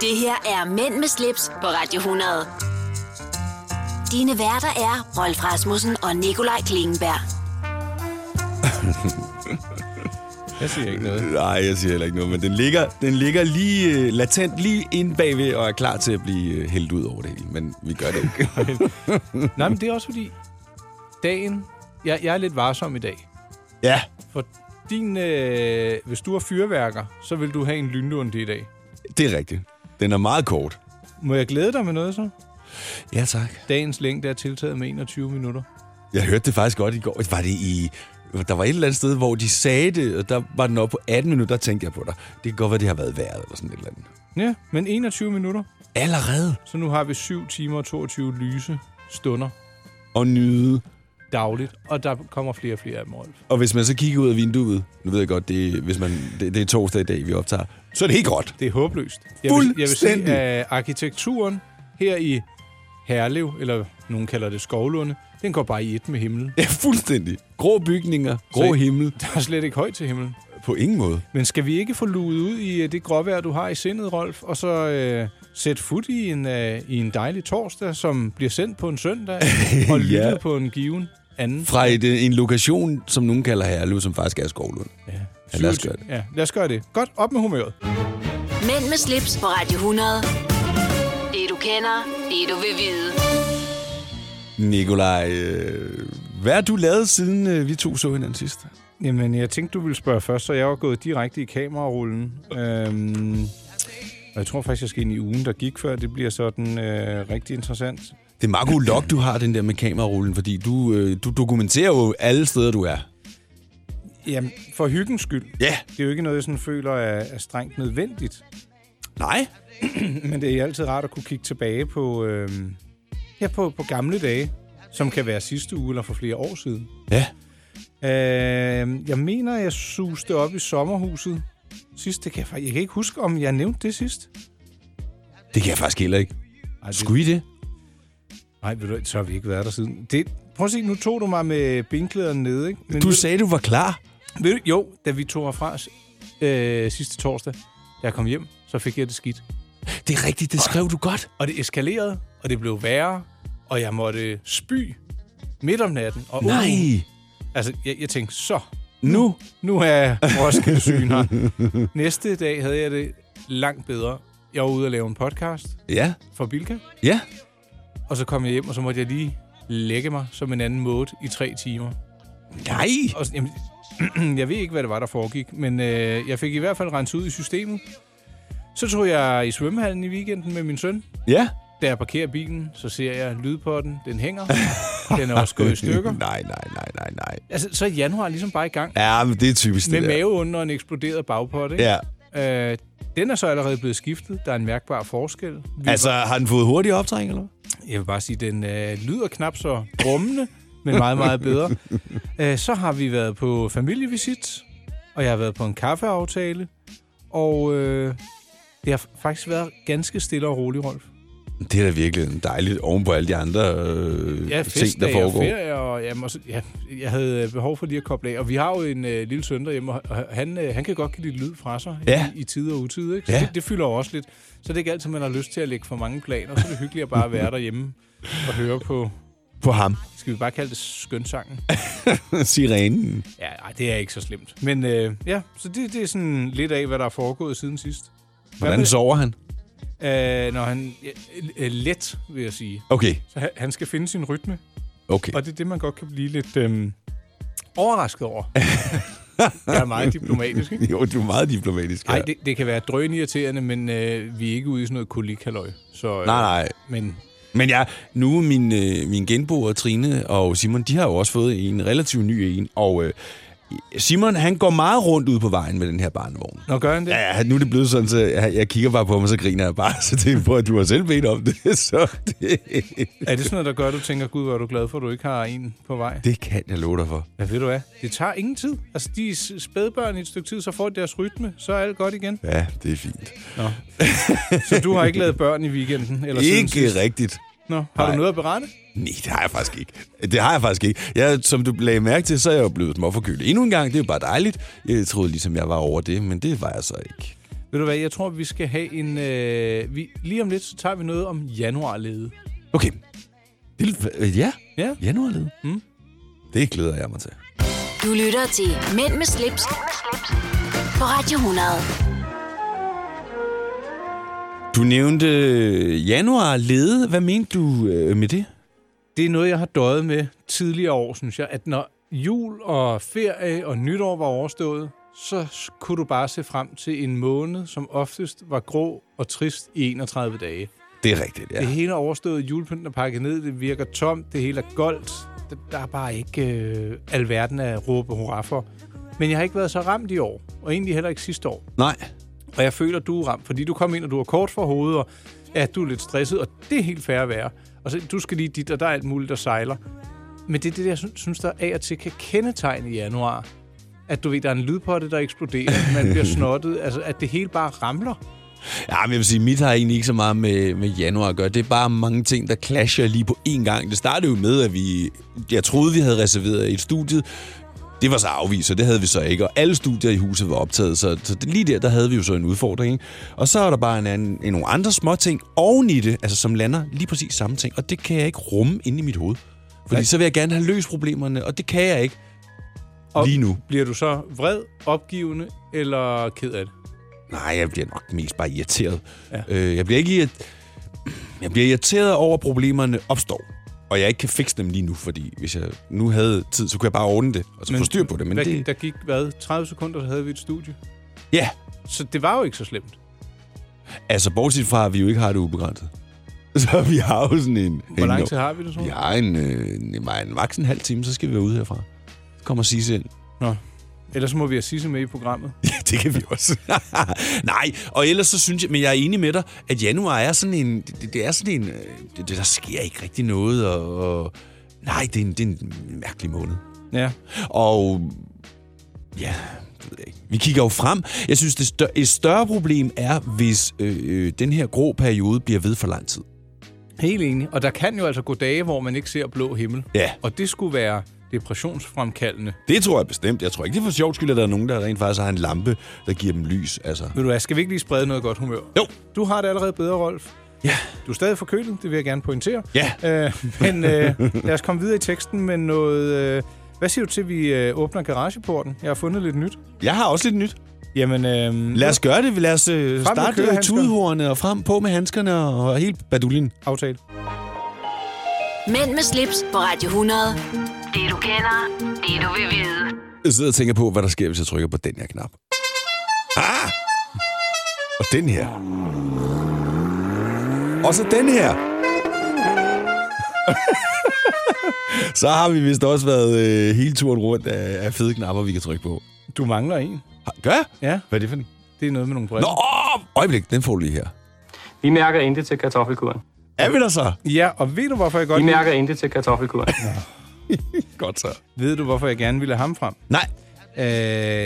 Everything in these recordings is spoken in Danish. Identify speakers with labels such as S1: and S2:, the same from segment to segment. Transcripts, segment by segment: S1: Det her er Mænd med slips på Radio 100. Dine værter er Rolf Rasmussen og Nikolaj Klingenberg.
S2: Jeg siger ikke noget.
S3: Nej, jeg siger heller ikke noget, men den ligger, den ligger lige øh, latent lige inde bagved og er klar til at blive øh, hældt ud over det hele. Men vi gør det ikke.
S2: Nej, men det er også fordi, dagen... Jeg, jeg er lidt varsom i dag.
S3: ja,
S2: For din... Øh, hvis du har fyrværker, så vil du have en lynlunde i dag.
S3: det er rigtigt. Den er meget kort.
S2: Må jeg glæde dig med noget så?
S3: Ja, tak.
S2: Dagens længde er tiltaget med 21 minutter.
S3: Jeg hørte det faktisk godt i går. Var det i... Der var et eller andet sted, hvor de sagde det, og der var den oppe på 18 minutter, der tænkte jeg på dig. Det kan godt være, det har været værd eller sådan et eller andet.
S2: Ja, men 21 minutter.
S3: Allerede.
S2: Så nu har vi 7 timer og 22 lyse stunder
S3: Og nyde.
S2: dagligt, og der kommer flere og flere af dem, Rolf.
S3: Og hvis man så kigger ud af vinduet, nu ved jeg godt, det, er- hvis man, det, det er torsdag i dag, vi optager, så er det helt gråt.
S2: Det er håbløst. Jeg vil, jeg vil sige,
S3: Fuldstændig.
S2: at arkitekturen her i Herlev, eller nogen kalder det Skovlunde, den går bare i et med himlen.
S3: Ja, fuldstændig. Grå bygninger, grå
S2: Så-
S3: himmel.
S2: Der er slet ikke højt til himlen.
S3: På ingen måde.
S2: Men skal vi ikke få luet ud i øh, det gråvejr, du har i sindet, Rolf, og så øh, sætte fod i en, øh, i en dejlig torsdag, som bliver sendt på en søndag, og
S3: Ja.
S2: lyttet på en given anden?
S3: Fra et, øh, en lokation, som nogen kalder Herlev, som faktisk er Skovlund. Ja, lad os gøre det.
S2: Ja, lad os gøre det. Godt, op med humøret.
S1: Mænd med slips på Radio 100. Det du kender, det du vil vide.
S3: Nikolaj, øh, hvad har du lavet, siden øh, vi to så hinanden sidst?
S2: Jamen, jeg tænkte, du ville spørge først, så jeg var gået direkte i kamerarullen. Øhm, og jeg tror faktisk, jeg skal ind i ugen, der gik før. Det bliver sådan øh, rigtig interessant.
S3: Det er meget god log, du har, den der med kamerarullen, fordi du, øh, du dokumenterer jo alle steder, du er.
S2: Jamen, for hyggens skyld.
S3: Ja.
S2: Det er jo ikke noget, jeg sådan føler er, er strengt nødvendigt.
S3: Nej.
S2: Men det er altid rart at kunne kigge tilbage på, øh, ja, på, på gamle dage, som kan være sidste uge eller for flere år siden.
S3: Ja.
S2: Øh, jeg mener, jeg suste op i sommerhuset sidst. Det kan jeg, fak- jeg kan ikke huske, om jeg nævnte det sidst.
S3: Det kan jeg faktisk heller ikke.
S2: Ej, det-
S3: Skulle I det?
S2: Nej, ved du, hvad, så har vi ikke været der siden. Det, prøv at se, nu tog du mig med bindklæderne nede, ikke? Men
S3: Du
S2: ved,
S3: sagde, du var klar.
S2: ved, du- jo, da vi tog herfra øh, sidste torsdag, da jeg kom hjem, så fik jeg det skidt.
S3: Det er rigtigt, det skrev du godt.
S2: Og det eskalerede, og det blev værre, og jeg måtte spy midt om natten. Og uh,
S3: Nej.
S2: Altså, jeg, jeg tænkte, så,
S3: Nu?
S2: nu er Roskilde syn her. Næste dag havde jeg det langt bedre. Jeg var ude og lave en podcast
S3: Ja.
S2: for Bilka,
S3: Ja.
S2: og så kom jeg hjem, og så måtte jeg lige lægge mig som en anden måde i tre timer.
S3: Nej.
S2: Og, sådan, jamen, jeg ved ikke, hvad det var, der foregik, men øh, jeg fik i hvert fald renset ud i systemet. Så tog jeg i svømmehallen i weekenden med min søn.
S3: Ja.
S2: Da jeg parkerer bilen, så ser jeg lydpotten, den hænger. Den er også gået i stykker.
S3: nej, nej, nej, nej, nej.
S2: Altså, så er januar ligesom bare i gang.
S3: Ja, men det er typisk
S2: Med
S3: det der.
S2: maveunden og en eksploderet bagpot, ikke?
S3: Ja.
S2: Øh, den er så allerede blevet skiftet. Der er en mærkbar forskel. Vi
S3: Altså, har den fået hurtig optræng, eller hvad?
S2: Jeg vil bare sige, den øh, lyder knap så brummende, men meget, meget bedre. Æh, så har vi været på familievisit, og jeg har været på en kaffeaftale, og øh, det har faktisk været ganske stille og roligt, Rolf.
S3: Det er da virkelig en dejligt oven på alle de andre øh,
S2: Ja,
S3: ja, ting, der
S2: festdage og
S3: foregår.
S2: ferie, og jamen, også, ja, jeg havde øh, behov for lige at koble af. Og vi har jo en øh, lille søn derhjemme, og h- han, øh, han kan godt give lidt lyd fra sig
S3: Ja.
S2: i, i tid og utid. Ikke? Så
S3: Ja.
S2: det, det fylder jo også lidt. Så det er ikke altid, man har lyst til at lægge for mange planer. Så er det hyggeligt at bare være derhjemme og høre på,
S3: På ham.
S2: skal vi bare kalde det skønsangen?
S3: Sirenen.
S2: Ja, ej, det er ikke så slemt. Men øh, ja, så det, det er sådan lidt af, hvad der er foregået siden sidst.
S3: Hvordan sover han?
S2: Øh, når han... Ja, øh, let, vil jeg sige.
S3: Okay,
S2: Så han, han skal finde sin rytme,
S3: okay.
S2: og det er det, man godt kan blive lidt øh, overrasket over. jeg er meget diplomatisk, ikke?
S3: Jo, du er meget diplomatisk her.
S2: Nej, det, det kan være drønirriterende, men øh, vi er ikke ude i sådan noget kulikhalløj. Så, øh,
S3: nej, nej.
S2: Men
S3: Men jeg, nu er min, øh, min genboer Trine og Simon, de har jo også fået en relativt ny en, og øh, Simon, han går meget rundt ud på vejen med den her barnevogn.
S2: når gør han det?
S3: Ja, nu er det blevet sådan, så jeg, jeg kigger bare på ham, og så griner jeg bare, så det er på, at du har selv bedt om det, så det,
S2: Er det sådan noget, der gør, at du tænker, gud, hvor er du glad for, at du ikke har en på vej?
S3: det kan jeg love dig for.
S2: Ja, ved du hvad? Det tager ingen tid. Altså, de er s- spædbørn i et stykke tid, så får de deres rytme, så er alt godt igen.
S3: Ja, det er fint.
S2: Nå. så du har ikke lavet børn i weekenden? Eller siden sidst?
S3: Ikke rigtigt.
S2: Nå, har
S3: Nej.
S2: du noget at berette?
S3: Nej, det har jeg faktisk ikke. Det har jeg faktisk ikke. Jeg, som du lagde mærke til, så er jeg jo blevet småforkølet endnu en gang. Det er jo bare dejligt. Jeg troede ligesom, jeg var over det, men det var jeg så ikke.
S2: Ved du hvad, jeg tror, vi skal have en... Øh, vi, lige om lidt, så tager vi noget om januarlede.
S3: Okay. Det, lyder- øh, ja,
S2: Ja.
S3: januarled. Mm. Det glæder jeg mig til.
S1: Du lytter til Mænd med slips, på Radio 100.
S3: Du nævnte øh, januarlede. Hvad mente du øh, med det?
S2: Det er noget, jeg har døjet med tidligere år, synes jeg, at når jul og ferie og nytår var overstået, så s- kunne du bare se frem til en måned, som oftest var grå og trist i 31 dage.
S3: Det er rigtigt, ja.
S2: Det hele er overstået, julepynten er pakket ned, det virker tomt, det hele er goldt. Der, der er bare ikke øh, alverden at råbe hurra for. Men jeg har ikke været så ramt i år, og egentlig heller ikke sidste år.
S3: Nej.
S2: Og jeg føler, du er ramt, fordi du kom ind, og du har kort for hovedet, og ja, du er lidt stresset, og det er helt fair at være. Og så, du skal lige dit, og der er alt muligt, der sejler. Men det er det, jeg sy- synes, der af og til kan kendetegne i januar. At du ved, der er en lydpotte, der eksploderer, man bliver snottet, altså at det hele bare ramler.
S3: Ja, men jeg vil sige, mit har egentlig ikke så meget med, med januar at gøre. Det er bare mange ting, der clasher lige på én gang. Det startede jo med, at vi... Jeg troede, vi havde reserveret et studie. Det var så afvist, og det havde vi så ikke. Og alle studier i huset var optaget, så, så det, lige der, der havde vi jo så en udfordring. Ikke? Og så er der bare en anden, en, nogle andre små ting oven i det, altså som lander lige præcis samme ting. Og det kan jeg ikke rumme inde i mit hoved. Fordi så vil jeg gerne have løst problemerne, og det kan jeg ikke
S2: Og
S3: lige nu.
S2: Bliver du så vred, opgivende eller ked af det?
S3: Nej, jeg bliver nok mest bare irriteret. Ja. Øh, jeg, bliver ikke irrit... jeg bliver irriteret over, at problemerne opstår. Og jeg ikke kan fikse dem lige nu, fordi hvis jeg nu havde tid, så kunne jeg bare ordne det, og så få styr på det. Men
S2: hvad,
S3: det...
S2: Der gik, hvad, 30 sekunder, så havde vi et studie.
S3: Ja,
S2: Så det var jo ikke så slemt.
S3: altså bortset fra, at vi jo ikke har det ubegrænset. Så vi har jo sådan en...
S2: Hvor lang tid har vi det, så?
S3: Vi har en, øh, en, en, en maks en halv time, så skal vi være ude herfra. Så kommer Sisse ind.
S2: Nå. Ellers så må vi have Sisse med i programmet.
S3: Ja, det kan vi også. Nej, og ellers så synes jeg, men jeg er enig med dig, at januar er sådan en, det, det er sådan en, øh, det, det- der sker ikke rigtig noget, og, og nej, det er, en, det er en mærkelig måned.
S2: Ja.
S3: Og ja, det ved jeg ikke. vi kigger jo frem. Jeg synes, det større, et større problem er, hvis øh, øh, den her grå periode bliver ved for lang tid.
S2: Helt enig. Og der kan jo altså gå dage, hvor man ikke ser blå himmel.
S3: Ja.
S2: Og det skulle være depressionsfremkaldende.
S3: Det tror jeg bestemt. Jeg tror ikke, det er for sjovt skyld, at der er nogen, der rent faktisk har en lampe, der giver dem lys. Altså.
S2: Ved du hvad, skal vi ikke lige sprede noget godt humør?
S3: Jo.
S2: Du har det allerede bedre, Rolf.
S3: Ja.
S2: Du er stadig forkølet, det vil jeg gerne pointere.
S3: Ja.
S2: Øh, men øh, lad os komme videre i teksten med noget... Øh, hvad siger du til, at vi øh, åbner garageporten? Jeg har fundet lidt nyt.
S3: Jeg har også lidt nyt.
S2: Jamen, øh,
S3: Lad os gøre det. Lad os øh,
S2: med
S3: starte med
S2: kørehandskerne.
S3: tudehornet og frem på med handskerne og, og helt baduljen.
S2: aftale.
S1: Mænd med slips på Radio 100. Det du kender, det du vil vide.
S3: Jeg sidder og tænker på, hvad der sker, hvis jeg trykker på den her knap. Ah! Og den her. Og så den her. så har vi vist også været øh, hele turen rundt af, af fede knapper, vi kan trykke på.
S2: Du mangler en.
S3: Har- Gør jeg?
S2: Ja,
S3: Hvad er det for en?
S2: det er noget med nogle briller.
S3: Nå, øjeblik, den får du lige her.
S4: Vi mærker intet til kartoffelkuren.
S3: Er vi der så?
S2: Ja, og ved du, hvorfor jeg
S4: Vi
S2: godt...
S4: mærker intet til kartoffelkuren.
S3: Godt så.
S2: Ved du, hvorfor jeg gerne ville have ham frem?
S3: Nej.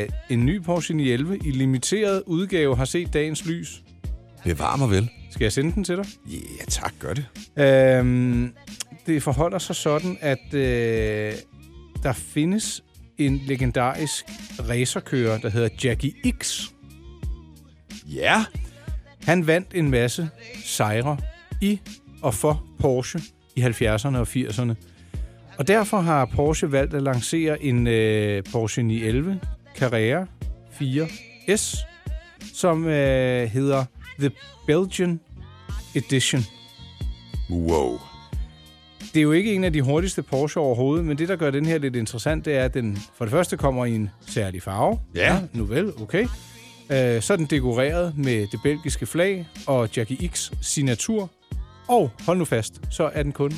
S2: Øh, en ny Porsche 911 i limiteret udgave har set dagens lys.
S3: Bevar mig vel.
S2: Skal jeg sende den til dig?
S3: Ja, tak, gør det.
S2: Øhm, det forholder sig sådan, at øh, der findes en legendarisk racerkører, der hedder Jackie X.
S3: Ja.
S2: Han vandt en masse sejre i og for Porsche i 70'erne og 80'erne. Og derfor har Porsche valgt at lancere en øh, Porsche 911 Carrera 4S, som øh, hedder The Belgian Edition.
S3: Wow.
S2: Det er jo ikke en af de hurtigste Porsche overhovedet, men det, der gør den her lidt interessant, det er, at den for det første kommer i en særlig farve.
S3: Ja.
S2: nu vel, okay. Øh, så er den dekoreret med det belgiske flag og Jackie X signatur. Og hold nu fast, så er den kun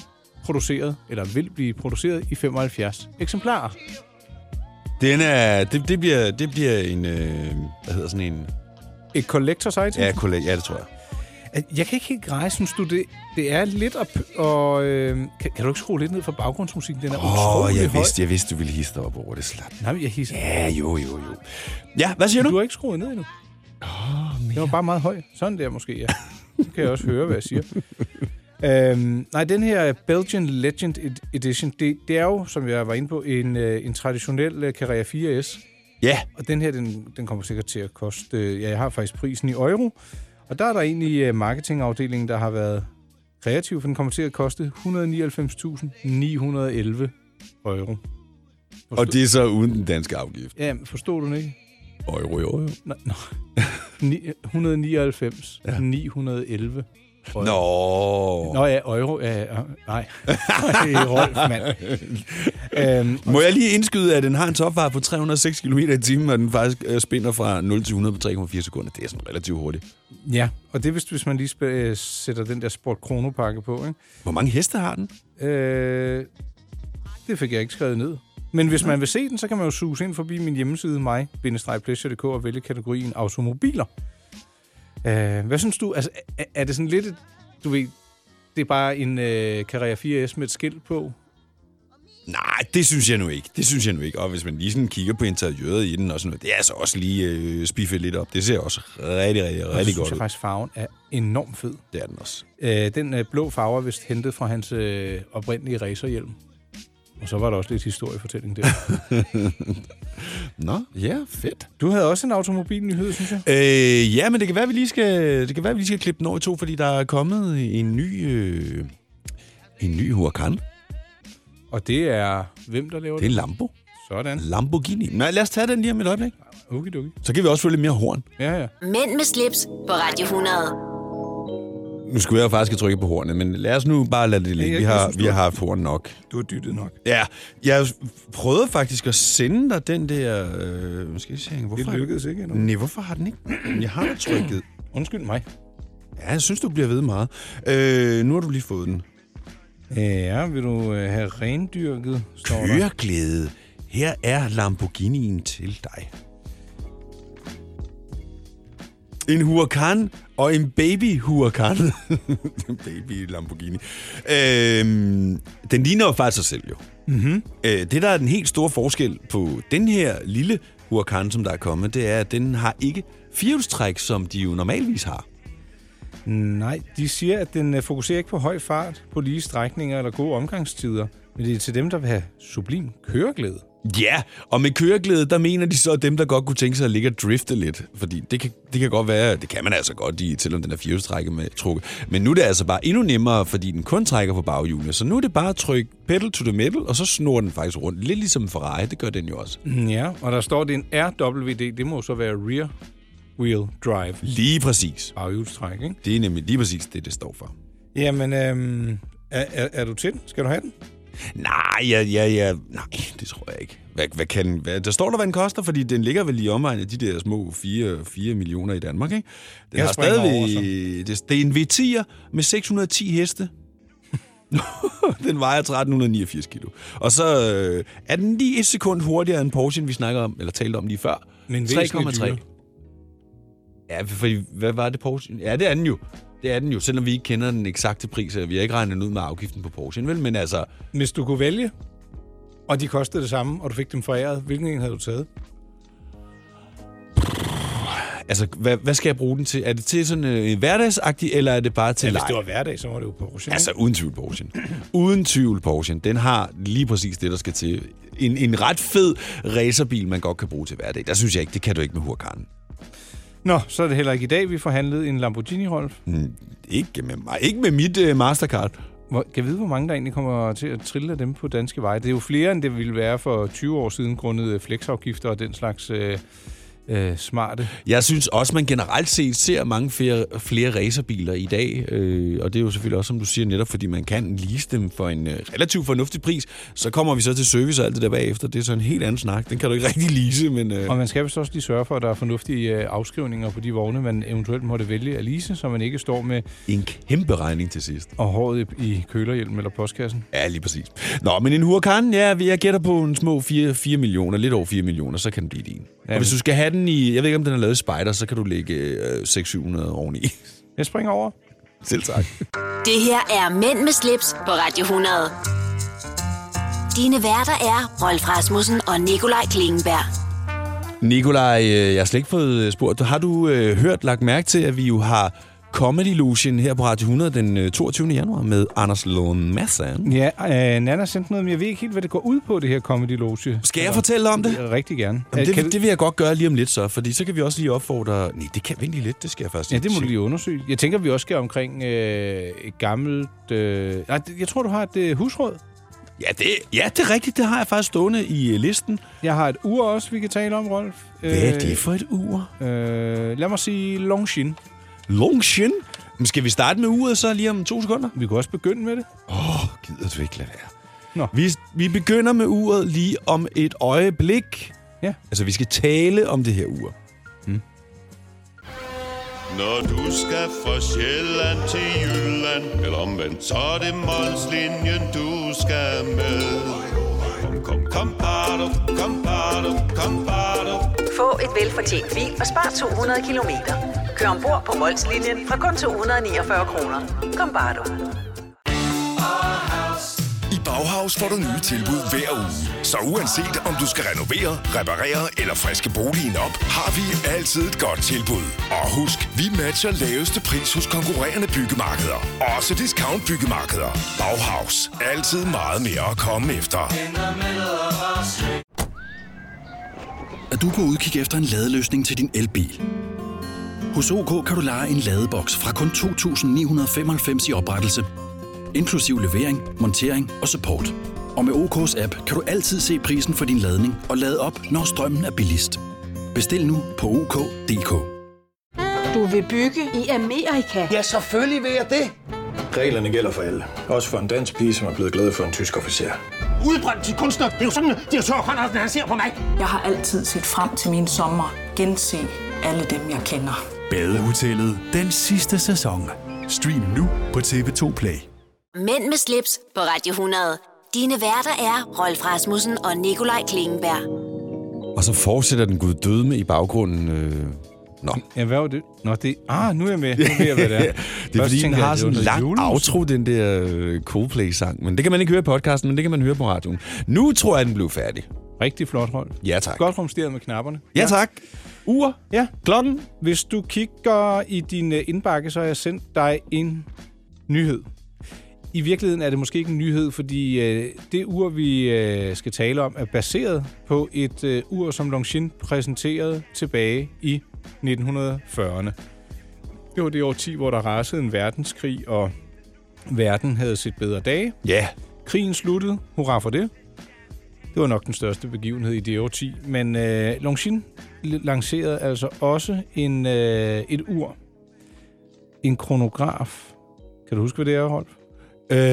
S2: produceret, eller vil blive produceret i 75 eksemplarer.
S3: Den er, det, det, bliver, det bliver en, øh, hvad hedder sådan en?
S2: Et collector's item.
S3: Ja, kollega, ja, det tror jeg.
S2: At Jeg kan ikke helt greje, synes du, det, det er lidt at... p- Og, øh, kan, kan, du ikke skrue lidt ned for baggrundsmusikken? Den er
S3: Åh, oh,
S2: utrolig
S3: jeg
S2: høj.
S3: vidste, jeg vidste, du ville hisse dig op over det slap.
S2: Nej, men jeg hisser.
S3: Ja, jo, jo, jo. Ja, hvad siger
S2: Du
S3: du?
S2: har ikke skruet ned endnu. Oh, det var bare meget høj. Sådan der måske, ja. Nu kan jeg også høre, hvad jeg siger. Øhm, nej, den her Belgian Legend Ed- Edition, det, det er jo, som jeg var inde på, en, øh, en traditionel øh, Carrera 4S.
S3: Ja,
S2: Og den her, den, den kommer sikkert til at koste... øh, Ja, jeg har faktisk prisen i euro. Og der er der egentlig øh, marketingafdelingen, der har været kreativ, for den kommer til at koste 199.911 euro.
S3: og det er så uden den danske afgift.
S2: Ja, men forstod du den ikke?
S3: Euro, euro, euro.
S2: Nej, nej. 199, ja. 911. euro.
S3: Nå.
S2: Nå ja, euro. Ja, ja, nej, det er Rolf, mand. Øhm,
S3: Må jeg lige indskyde, at den har en topfart på 306 km i timen, og den faktisk øh, spinder fra 0 til 100 på 3,4 sekunder. Det er sådan relativt hurtigt.
S2: ja, og det er, hvis, hvis man lige spæ- øh, sætter den der Sport Kronopakke på, ikke?
S3: Hvor mange heste har den?
S2: Øh, det fik jeg ikke skrevet ned. Men hvis man vil se den, så kan man jo suge ind forbi min hjemmeside, mig og vælge kategorien automobiler. Øh, hvad synes du? Altså, er, er det sådan lidt... et- Du ved, det er bare en øh, Carrera 4S med et skilt på.
S3: Nej, det synes jeg nu ikke. Det synes jeg nu ikke. Og hvis man lige sådan kigger på interiøret i den og sådan noget, det er altså også lige øh, spiffet lidt op. Det ser også rigtig, rigtig,
S2: Og
S3: rigtig
S2: så synes
S3: godt
S2: jeg
S3: ud.
S2: faktisk, farven er enormt fed.
S3: Det er den også.
S2: Øh, den øh, blå farve er vist hentet fra hans øh, oprindelige racerhjelm. Og så var der også lidt historiefortælling der.
S3: Nå, ja, fedt.
S2: Du havde også en automobilnyhed, synes jeg.
S3: Øh, ja, men det kan være, vi lige skal, det kan være, vi lige skal klippe den over i to, fordi der er kommet en ny... Øh, en ny Huracan. Det
S2: Og det er hvem, der laver
S3: er en
S2: det?
S3: Lambo.
S2: Sådan.
S3: Lamborghini. Nej, lad os tage den lige om et øjeblik.
S2: Okidoki.
S3: Så kan vi også få lidt mere horn.
S2: Ja, ja.
S1: Mænd med slips på Radio 100.
S3: Nu skulle jeg jo faktisk trykke på hornet, men lad os nu bare lade det ligge. Vi har, vi har haft horn nok.
S5: Du har dyttet nok.
S3: Ja, jeg prøvede faktisk at sende dig den der... Øh, måske se, hvorfor...
S5: Det
S3: har-
S5: lykkedes ikke endnu.
S3: Nej, hvorfor har den ikke? Jeg har da trykket.
S2: Mm. Undskyld mig.
S3: Ja, jeg synes, du bliver ved meget. Øh, nu har du lige fået den.
S2: Ja, vil du øh, have rendyrket, står der.
S3: Køreglæde. Her er Lamborghinien til dig. En Huracan og en baby Huracan. en baby Lamborghini. Øhm, den ligner jo faktisk sig selv jo.
S2: Mhm.
S3: Mm-hmm. Øh, det, der er den helt store forskel på den her lille Huracan, som der er kommet, det er, at den har ikke firehjulstræk, som de jo normalvis har.
S2: Nej, de siger, at den øh, fokuserer ikke på høj fart, på lige strækninger eller gode omgangstider. Men det er til dem, der vil have sublim køreglæde.
S3: Ja, og med køreglæde, der mener de så dem, der godt kunne tænke sig at ligge og drifte lidt. Fordi det kan, det kan godt være, det kan man altså godt i, selvom den er firehjulstrækket med trukket. Men nu er det altså bare endnu nemmere, fordi den kun trækker på baghjulene. Så nu er det bare at trykke pedal to the metal, og så snor den faktisk rundt. Lidt ligesom en Ferrari, det gør den jo også.
S2: Ja, og der står, det er en RWD. Det må jo så være rear wheel drive.
S3: Lige præcis.
S2: Baghjulstræk, ikke?
S3: Det er nemlig lige præcis det, det står for.
S2: Jamen, øhm, er, er, er du til den? Skal du have den?
S3: Nej, ja, ja, ja. Nej, det tror jeg ikke. Hvad, hvad kan, den- hvad, der står der, hvad den koster, fordi den ligger vel i omegnen af de der små 4, 4 millioner i Danmark, ikke? Den
S2: Jeg
S3: har
S2: springer
S3: stadigvæk...
S2: over, så.
S3: det, det er en V10'er med 610 heste. den vejer 1389 kilo. Og så øh, er den lige et sekund hurtigere end Porsche, vi snakker om, eller talte om lige før.
S2: Men væsentligt
S3: 3,3.
S2: dyrere.
S3: Ja, fordi hvad var det Porsche? Ja, det er den jo. Det er den jo, selvom vi ikke kender den eksakte pris, og vi har ikke regnet den ud med afgiften på Porsche, vel? Men altså,
S2: Hvis du kunne vælge, og de kostede det samme, og du fik dem foræret, hvilken en havde du taget?
S3: Altså, hvad, hvad skal jeg bruge den til? Er det til sådan øh, hverdagsagtigt, eller er det bare til
S2: Ja,
S3: ja,
S2: hvis
S3: leg?
S2: det var hverdag, så var det jo Porsche.
S3: Altså, uden tvivl Porschen. Uden tvivl Porschen. Den har lige præcis det, der skal til. En, en ret fed racerbil, man godt kan bruge til hverdag. Der synes jeg ikke, det kan du ikke med Huracanen.
S2: ikke? Nå, så er det heller ikke i dag, vi forhandlede en Lamborghini, Rolf.
S3: Ikke med mig. Ikke med mit øh, Mastercard.
S2: Hvor, kan jeg vide, hvor mange der egentlig kommer til at trille af dem på danske veje? Det er jo flere, end det ville være for 20 år siden, grundet øh, flexafgifter og den slags øh, øh, smarte.
S3: Jeg synes også, man generelt set ser mange flere, flere racerbiler i dag, øh, og det er jo selvfølgelig også, som du siger, netop fordi man kan lease dem for en øh, relativt fornuftig pris. Så kommer vi så til service og alt det der bagefter. Det er så en helt anden snak. Den kan du ikke rigtig lease, men... Øh,
S2: Og man skal vist også lige sørge for, at der er fornuftige øh, afskrivninger på de vogne, man eventuelt måtte vælge at lease, så man ikke står med
S3: En kæmpe regning til sidst.
S2: og håret i, i kølerhjelm eller postkassen.
S3: Ja, lige præcis. Nå, men en Huracan, ja, jeg gætter på en små 4, 4 millioner, lidt over 4 millioner, så kan den blive din. Ja, og hvis du skal have den i, jeg ved ikke, om den er lavet i spider, så kan du lægge øh, 600-700 oveni.
S2: Jeg springer over.
S3: Selv tak.
S1: Det her er Mænd med slips på Radio 100. Dine værter er Rolf Rasmussen og Nikolaj Klingenberg.
S3: Nikolaj, øh, jeg har slet ikke fået øh, spurgt. Har du øh, hørt, lagt mærke til, at vi jo har Comedy Illusion her på Radio 100 den øh, 22. januar med Anders Lund Madsen.
S2: Ja, øh, Nana sendte noget, men jeg ved ikke helt, hvad det går ud på, det her Comedy Loge.
S3: Skal jeg fortælle om det?
S2: det? Rigtig gerne.
S3: Jamen,
S2: Øh, kan
S3: det,
S2: du-
S3: det vil jeg godt gøre lige om lidt så, fordi så kan vi også lige opfordre... Nej, det kan vi lige lidt, det skal jeg først
S2: Ja, det må
S3: tjekke.
S2: du lige undersøge. Jeg tænker, vi også skal omkring øh, et gammelt... Øh, nej, det- jeg tror, du har et øh, husråd.
S3: Ja det, ja, det er rigtigt, det har jeg faktisk stående i øh, listen.
S2: Jeg har et ur også, vi kan tale om, Rolf.
S3: Hvad er det for et ur?
S2: Øh, lad mig sige Longshin.
S3: Longshin? Men Skal vi starte med uret så lige om to sekunder?
S2: Vi kunne også begynde med det.
S3: Åh, oh, gider du ikke lade være?
S2: Nå.
S3: Vi, vi begynder med uret lige om et øjeblik.
S2: Ja.
S3: Altså, vi skal tale om det her ur.
S5: Når du skal fra Sjælland til Jylland Eller omvendt, så er det Molslinjen, du skal med Kom, kom, kom, bado, kom, bado, kom, bado.
S6: Få et velfortjent bil og spar 200 kilometer. Kør ombord på Molslinjen fra kun 249 kroner. Kom bare du.
S7: I Bauhaus får du nye tilbud hver uge. Så uanset om du skal renovere, reparere eller friske boligen op, har vi altid et godt tilbud. Og husk, vi matcher laveste pris hos konkurrerende byggemarkeder. Også discount byggemarkeder. Bauhaus. Altid meget mere at komme efter.
S8: er du på udkig efter en ladeløsning til din elbil. Hos OK kan du lege en ladeboks fra kun 2.995 i oprettelse, inklusiv levering, montering og support. Og med OK's app kan du altid se prisen for din ladning og lade op, når strømmen er billigst. Bestil nu på OK.dk.
S9: Du vil bygge i Amerika?
S10: Ja, selvfølgelig vil jeg det.
S11: Reglerne gælder for alle. Også for en dansk pige, som er blevet glad for en tysk officer.
S10: Udbrændt til kunstner. Det er jo sådan, at direktør Conradsen, han ser på mig.
S9: Jeg har altid set frem til min sommer. Gense alle dem, jeg kender.
S12: Badehotellet den sidste sæson. Stream nu på TV2 Play.
S1: Mænd med slips på Radio 100. Dine værter er Rolf Rasmussen og Nikolaj Klingenberg.
S3: Og så fortsætter den gud dødme i baggrunden. Øh... Nå.
S2: Ja, hvad var det? Nå, det... Ah, nu er jeg med. Nu ved jeg, hvad det er.
S3: Det er fordi, den har sådan en lang
S2: outro.
S3: outro, den der øh, Coldplay-sang. Men det kan man ikke høre i podcasten, men det kan man høre på radioen. Nu tror jeg, den blev færdig.
S2: Rigtig flot hold.
S3: Ja, tak.
S2: Godt rumsteret med knapperne.
S3: Ja, tak.
S2: Ur. Ja.
S3: Klokken.
S2: Hvis du kigger i din øh, indbakke, så har jeg sendt dig en nyhed. I virkeligheden er det måske ikke en nyhed, fordi øh, det ur, vi øh, skal tale om, er baseret på et øh, ur, som Longines præsenterede tilbage i 1940'erne. Det var det årti, hvor der rasede en verdenskrig, og verden havde set bedre dage.
S3: Ja.
S2: Krigen sluttede. Hurra for det. Det var nok den største begivenhed i det årti. Men øh, Longines l- lancerede altså også en, øh, et ur. En kronograf. Kan du huske, hvad det er, Rolf?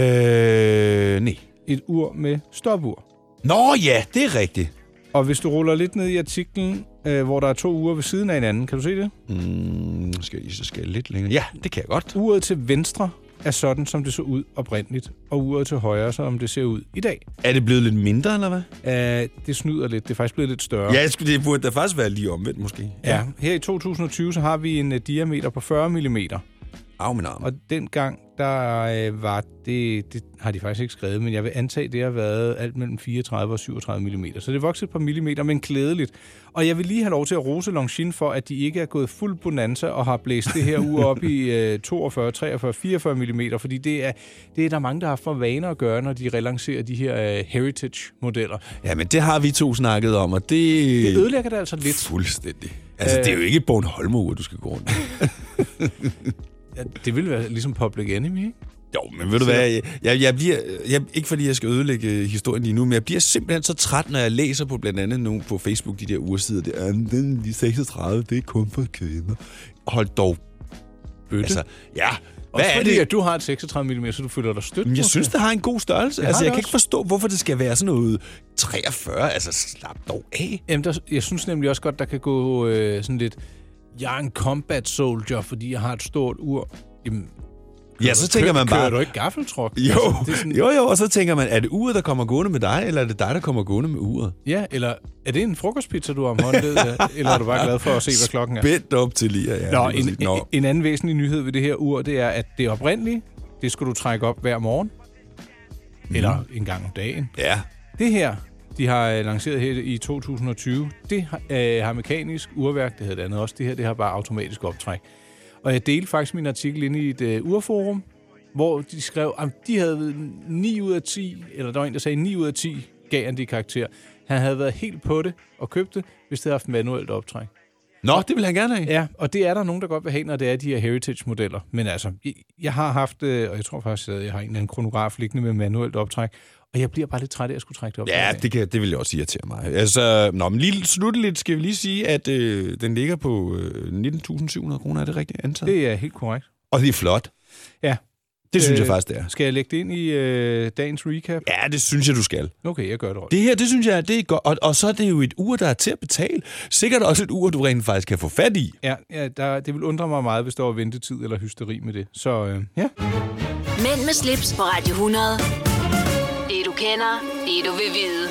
S3: Øh, nej.
S2: Et ur med stopur.
S3: Nå ja, det er rigtigt.
S2: Og hvis du ruller lidt ned i artiklen, øh, hvor der er to uger ved siden af hinanden, kan du se det?
S3: Mm, skal jeg, så skal jeg lidt længere. Ja, det kan jeg godt.
S2: Uret til venstre er sådan, som det så ud oprindeligt, og uret til højre, som det ser ud i dag.
S3: Er det blevet lidt mindre, eller hvad?
S2: Øh, det snyder lidt. Det er faktisk blevet lidt større.
S3: Ja, jeg skulle- det burde da faktisk være lige omvendt, måske.
S2: Ja, her i 2020 så har vi en øh, diameter på 40 mm,
S3: Af min arm.
S2: og dengang der øh, var det, det har de faktisk ikke skrevet, men jeg vil antage, det har været alt mellem 34 og 37 mm. Så det voksede et par millimeter, men klædeligt. Og jeg vil lige have lov til at rose Longines for, at de ikke er gået fuld bonanza og har blæst det her uge op i øh, 42, 43, 44 mm, fordi det er, det er der mange, der har haft for vaner at gøre, når de relancerer de her øh, heritage-modeller.
S3: Ja, men det har vi to snakket om, og det...
S2: Det ødelægger det altså lidt.
S3: Fuldstændig. Altså, øh... det er jo ikke Bornholmer, du skal gå rundt med.
S2: Ja, det ville være ligesom Public Enemy, ikke?
S3: Jo, men ved du hvad, jeg, jeg, jeg bliver, jeg, ikke fordi jeg skal ødelægge øh, historien lige nu, men jeg bliver simpelthen så træt, når jeg læser på blandt andet nu på Facebook, de der ursider, det er, den de 36, det er kun for kvinder. Hold dog.
S2: Bøtte.
S3: Altså, ja,
S2: Hvad
S3: hvad
S2: Også
S3: er
S2: fordi,
S3: det?
S2: at du har et 36 mm, så du føler dig stødt.
S3: Men jeg
S2: måske.
S3: synes, det har en god størrelse.
S2: har
S3: altså, jeg
S2: det
S3: kan
S2: også.
S3: ikke forstå, hvorfor det skal være sådan noget 43. Altså, slap dog af.
S2: Jamen, der, jeg synes nemlig også godt, der kan gå øh, sådan lidt... Jeg er en combat soldier, fordi jeg har et stort ur. Jamen,
S3: Ja, så tænker man
S2: Kører
S3: bare...
S2: du ikke gaffeltruk?
S3: Jo,
S2: Altså, det er sådan,
S3: jo, jo, og så tænker man, er det uret, der kommer gående med dig, eller er det dig, der kommer gående med uret?
S2: Ja, eller er det en frokostpizza, du har om håndledet? eller er du bare glad for at se, hvad klokken er?
S3: Spændt op til lige, ja.
S2: Nå,
S3: lige
S2: en,
S3: præcis. Nå.
S2: en anden væsentlig nyhed ved det her ur, det er, at det oprindelige, det skulle du trække op hver morgen. Eller en gang om dagen.
S3: Mhm. Ja,
S2: Det her, de har øh, lanceret her i 2020, det har- øh, har mekanisk urværk, det hedder det andet også. Det her, det har bare automatisk optræk. Og jeg delte faktisk min artikel inde i et øh, urforum, hvor de skrev, at de havde 9 ud af 10, eller der var en, der sagde 9 ud af 10, gav han de karakter. Han havde været helt på det og købt det, hvis det havde haft manuelt optræk.
S3: Nå, det vil han gerne have.
S2: Ja, og det er der nogen, der godt vil have, når det er de her heritage-modeller. Men altså, jeg- jeg har haft, øh, og jeg tror faktisk, at jeg har en eller anden kronograf liggende med manuelt optræk, og jeg bliver bare lidt træt af at skulle trække det op.
S3: Ja, det, kan, det vil jeg også irritere mig. Altså, nå, men lige slutteligt skal vi lige sige, at øh, den ligger på øh, 19.700 kroner, er det rigtigt antaget?
S2: Det er helt korrekt.
S3: Og det er flot.
S2: Ja. Øh.
S3: Det synes jeg faktisk, det er.
S2: Skal jeg lægge det ind i øh, dagens recap?
S3: Ja, det synes jeg, du skal.
S2: Okay, jeg gør det også.
S3: Det her, det synes jeg, det er godt. Og, og så er det jo et ur, der er til at betale. Sikkert også et ur, du rent faktisk kan få fat i.
S2: Ja, ja der, det vil undre mig meget, hvis der var ventetid eller hysteri med det. Så øh, ja.
S1: Mænd med slips på Radio 100. Det du kender, det du vil vide.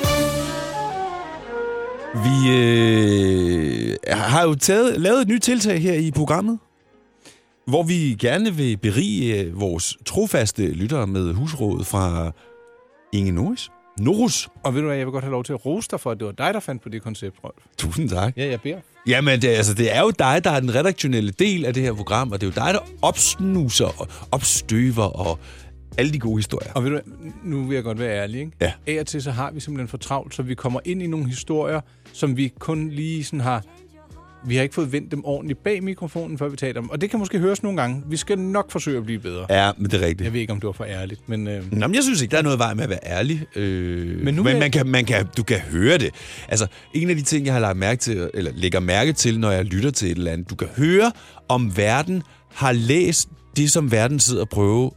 S3: Vi øh, har jo taget, lavet et nyt tiltag her i programmet, hvor vi gerne vil berige øh, vores trofaste lyttere med husrådet fra Inge Norris. Norus.
S2: Og ved du hvad, jeg vil godt have lov til at rose dig for, at det var dig, der fandt på det koncept, Rolf.
S3: Tusind tak.
S2: Ja, jeg beder.
S3: Jamen, det, er- altså, det er jo dig, der er den redaktionelle del af det her program, og det er jo dig, der opsnuser og opstøver og alle de gode historier.
S2: Og ved du, hvad, nu vil jeg godt være ærlig, ikke?
S3: Ja.
S2: Af og til så har vi simpelthen for travlt, så vi kommer ind i nogle historier, som vi kun lige sådan har... Vi har ikke fået vendt dem ordentligt bag mikrofonen, før vi taler dem. Og det kan måske høres nogle gange. Vi skal nok forsøge at blive bedre.
S3: Ja, men det er rigtigt.
S2: Jeg ved ikke, om det var for ærligt, men... Øh,
S3: Nå, men jeg synes ikke, der er noget vej med at være ærlig. Øh,
S2: Men
S3: men
S2: nu
S3: nu
S2: vil
S3: men
S2: jeg-
S3: man kan, man kan, du kan høre det. Altså, en af de ting, jeg har lagt mærke til, eller lægger mærke til, når jeg lytter til et eller andet, du kan høre, om verden har læst det, som verden sidder og prøver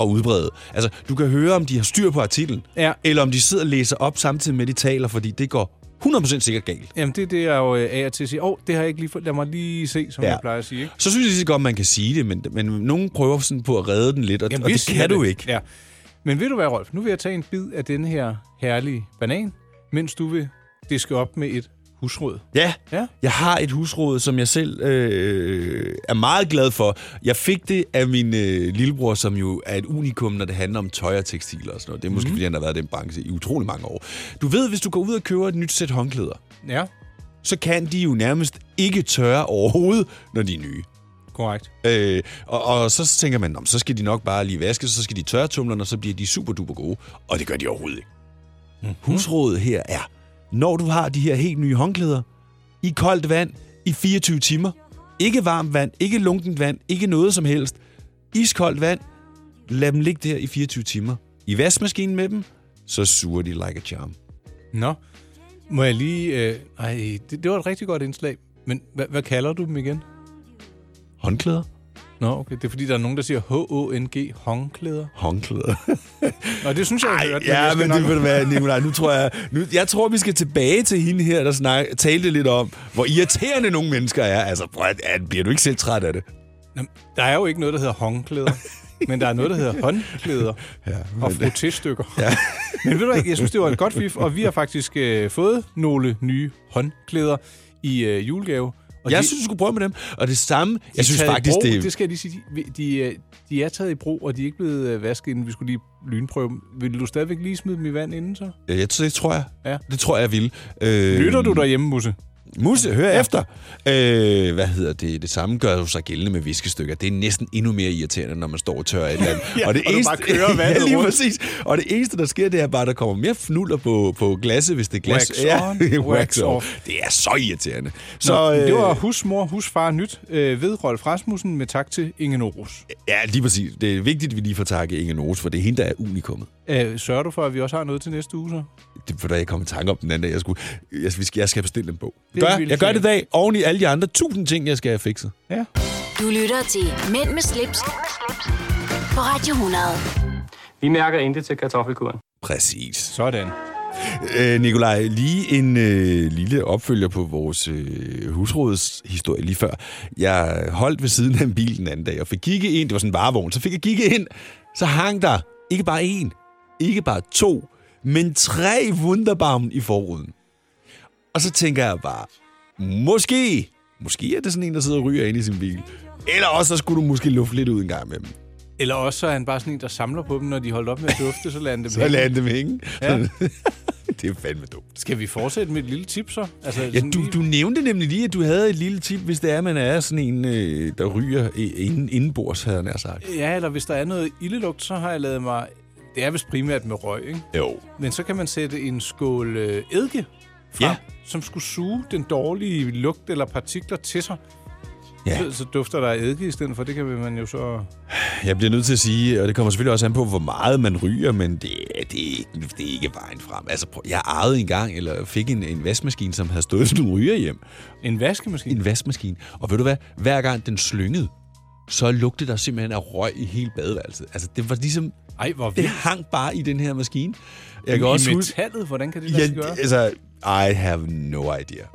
S3: at udbrede. Altså, du kan høre, om de har styr på artiklen,
S2: ja.
S3: eller om de sidder og læser op samtidig med, de taler, fordi det går 100% sikkert galt.
S2: Jamen, det er det, jeg jo øh, af og til siger. Åh, oh, det har jeg ikke lige fået. Lad mig lige se, som ja.
S3: Ja.
S2: jeg plejer at sige. Ikke?
S3: Så synes jeg lige så godt, man kan sige det, men, men nogen prøver sådan på at redde den lidt, og,
S2: Jamen,
S3: og
S2: vi
S3: det
S2: siger
S3: kan
S2: det.
S3: du ikke.
S2: Ja. Men ved du hvad, Rolf? Nu vil jeg tage en bid af den her herlige banan, mens du vil diske op med et husråd.
S3: Ja.
S2: Ja.
S3: Jeg har et husråd, som jeg selv øh, er meget glad for. Jeg fik det af min øh, lillebror, som jo er et unikum, når det handler om tøj og tekstiler og sådan noget. Det er måske,
S2: Mhm.
S3: mm. fordi han har været i den branche i utrolig mange år. Du ved, hvis du går ud og køber et nyt sæt håndklæder,
S2: Ja,
S3: så kan de jo nærmest ikke tørre overhovedet, når de er nye.
S2: korrekt.
S3: Øh, og, og så tænker man, "Nå, men så skal de nok bare lige vaskes, så skal de tørre tumlerne, og så bliver de super duper gode. Og det gør de overhovedet ikke. Mm-hmm. Husrådet her er, når du har de her helt nye håndklæder, i koldt vand, i 24 timer, ikke varmt vand, ikke lunkent vand, ikke noget som helst, iskoldt vand, lad dem ligge der i 24 timer. I vaskemaskinen med dem, så suger de like a charm.
S2: Nå, må jeg lige... Øh, ej, det, det var et rigtig godt indslag. Men hvad, hvad kalder du dem igen?
S3: Håndklæder?
S2: Nå, okay. Det er fordi, der er nogen, der siger H-O-N-G, håndklæder.
S3: Håndklæder.
S2: Nå, det synes jeg, jeg har hørt,
S3: Ja,
S2: jeg
S3: men
S2: skal
S3: det
S2: nok-
S3: vil det være, Nicolaj. Nu tror jeg, nu, jeg tror, vi skal tilbage til hende her, der snak, talte lidt om, hvor irriterende nogle mennesker er. Altså, prøv, at- at, bliver du ikke selv træt af det?
S2: Der er jo ikke noget, der hedder håndklæder. men der er noget, der hedder håndklæder ja, og frottéstykker. Ja. men ved du ikke, jeg synes, det var et godt fif, og vi har faktisk øh, fået nogle nye håndklæder i øh, julegave. Og
S3: Jeg
S2: de-
S3: synes, du skulle prøve med dem. Og det samme,
S2: de er
S3: jeg synes
S2: taget i
S3: faktisk,
S2: brug,
S3: det
S2: det skal jeg lige sige. De, de, øh, de er taget i brug, og de er ikke blevet øh, vasket, inden vi skulle lige lynprøve dem. Vil du stadigvæk lige smide dem i vand inden så?
S3: Ja, jeg, det tror jeg.
S2: Ja.
S3: Det tror jeg, jeg vil. Øh,
S2: Lytter du derhjemme, Musse?
S3: Musse, hør ja. efter. Øh, hvad hedder det? Det samme gør jo sig gældende med viskestykker. Det er næsten endnu mere irriterende, når man står og tørrer et eller andet.
S2: Ja, og du bare kører
S3: ja,
S2: vandet
S3: lige
S2: rundt.
S3: præcis. Og det eneste, der sker, det er bare, at der kommer mere fnuller på, på glasset, hvis det er glas.
S2: Wax on,
S3: ja,
S2: wax
S3: wax
S2: off.
S3: off. Det er så irriterende.
S2: Så, Nå, øh,
S3: øh,
S2: det var husmor, husfar nyt øh, ved Rolf Rasmussen med tak til Ingen Norus.
S3: Ja, lige præcis. Det er vigtigt, at vi lige får takket Inge Nords, for det er hende, der er unikummet.
S2: Øh, sørger du for, at vi også har noget til næste uge så?
S3: Det var da, jeg kom i tanke om den anden dag. Jeg, skulle, jeg, vi skal- jeg skal bestille en bog.
S2: Det
S3: Gør,
S2: ville
S3: jeg, jeg gør
S2: jeg.
S3: det i dag, oven i alle de andre tusind ting, jeg skal have fikset.
S1: Du lytter til Mænd med slips, på Radio 100.
S4: Vi mærker intet til kartoffelkuren.
S3: Præcis.
S2: Sådan.
S3: Øh, Nikolaj, lige en øh, lille opfølger på vores øh, husrådshistorie lige før. Jeg holdt ved siden af en bil den anden dag og fik kigget ind. Det var sådan en varevogn. Så fik jeg kigget ind. Så hang der ikke bare en, ikke bare to, men tre wunderbaum i forruden. Og så tænker jeg bare, måske, måske er det sådan en, der sidder og ryger inde i sin bil. Eller også, så skulle du måske lufte lidt ud en gang med dem.
S2: Eller også så er han bare sådan en, der samler på dem, når de holder op med at dufte, så lader han dem
S3: Så
S2: hænge.
S3: lader han dem hænge.
S2: Ja.
S3: det er fandme dumt.
S2: Skal vi fortsætte med et lille tip så? Altså,
S3: Ja, du, du nævnte nemlig lige, at du havde et lille tip, hvis det er, man er sådan en, øh, der ryger i- inden, indenbords, havde jeg nær sagt.
S2: Ja, eller hvis der er noget ildelugt, så har jeg lavet mig... Det er vist primært med røg, ikke?
S3: Jo.
S2: Men så kan man sætte en skål øh, eddike frem, ja. som skulle suge den dårlige lugt eller partikler til sig.
S3: Ja.
S2: Så, så dufter der af eddike i stedet for, det kan man jo så...
S3: Jeg bliver nødt til at sige, og det kommer selvfølgelig også an på, hvor meget man ryger, men det, er- det, er ikke- det er ikke vejen frem. Altså, prøv, jeg ejede engang, eller fik en, en vaskemaskine, som havde stået sådan en ryger hjem.
S2: En vaskemaskine?
S3: En vaskemaskine. Og ved du hvad? Hver gang den slyngede, så lugtede der simpelthen af røg i hele badeværelset. Altså, det var ligesom...
S2: Ej, hvor
S3: Det hang bare i den her maskine.
S2: Jeg kan I også
S3: huske...
S2: metallet, huske... hvordan kan det lade sig
S3: Ja,
S2: gøre?
S3: altså, I have no idea. Det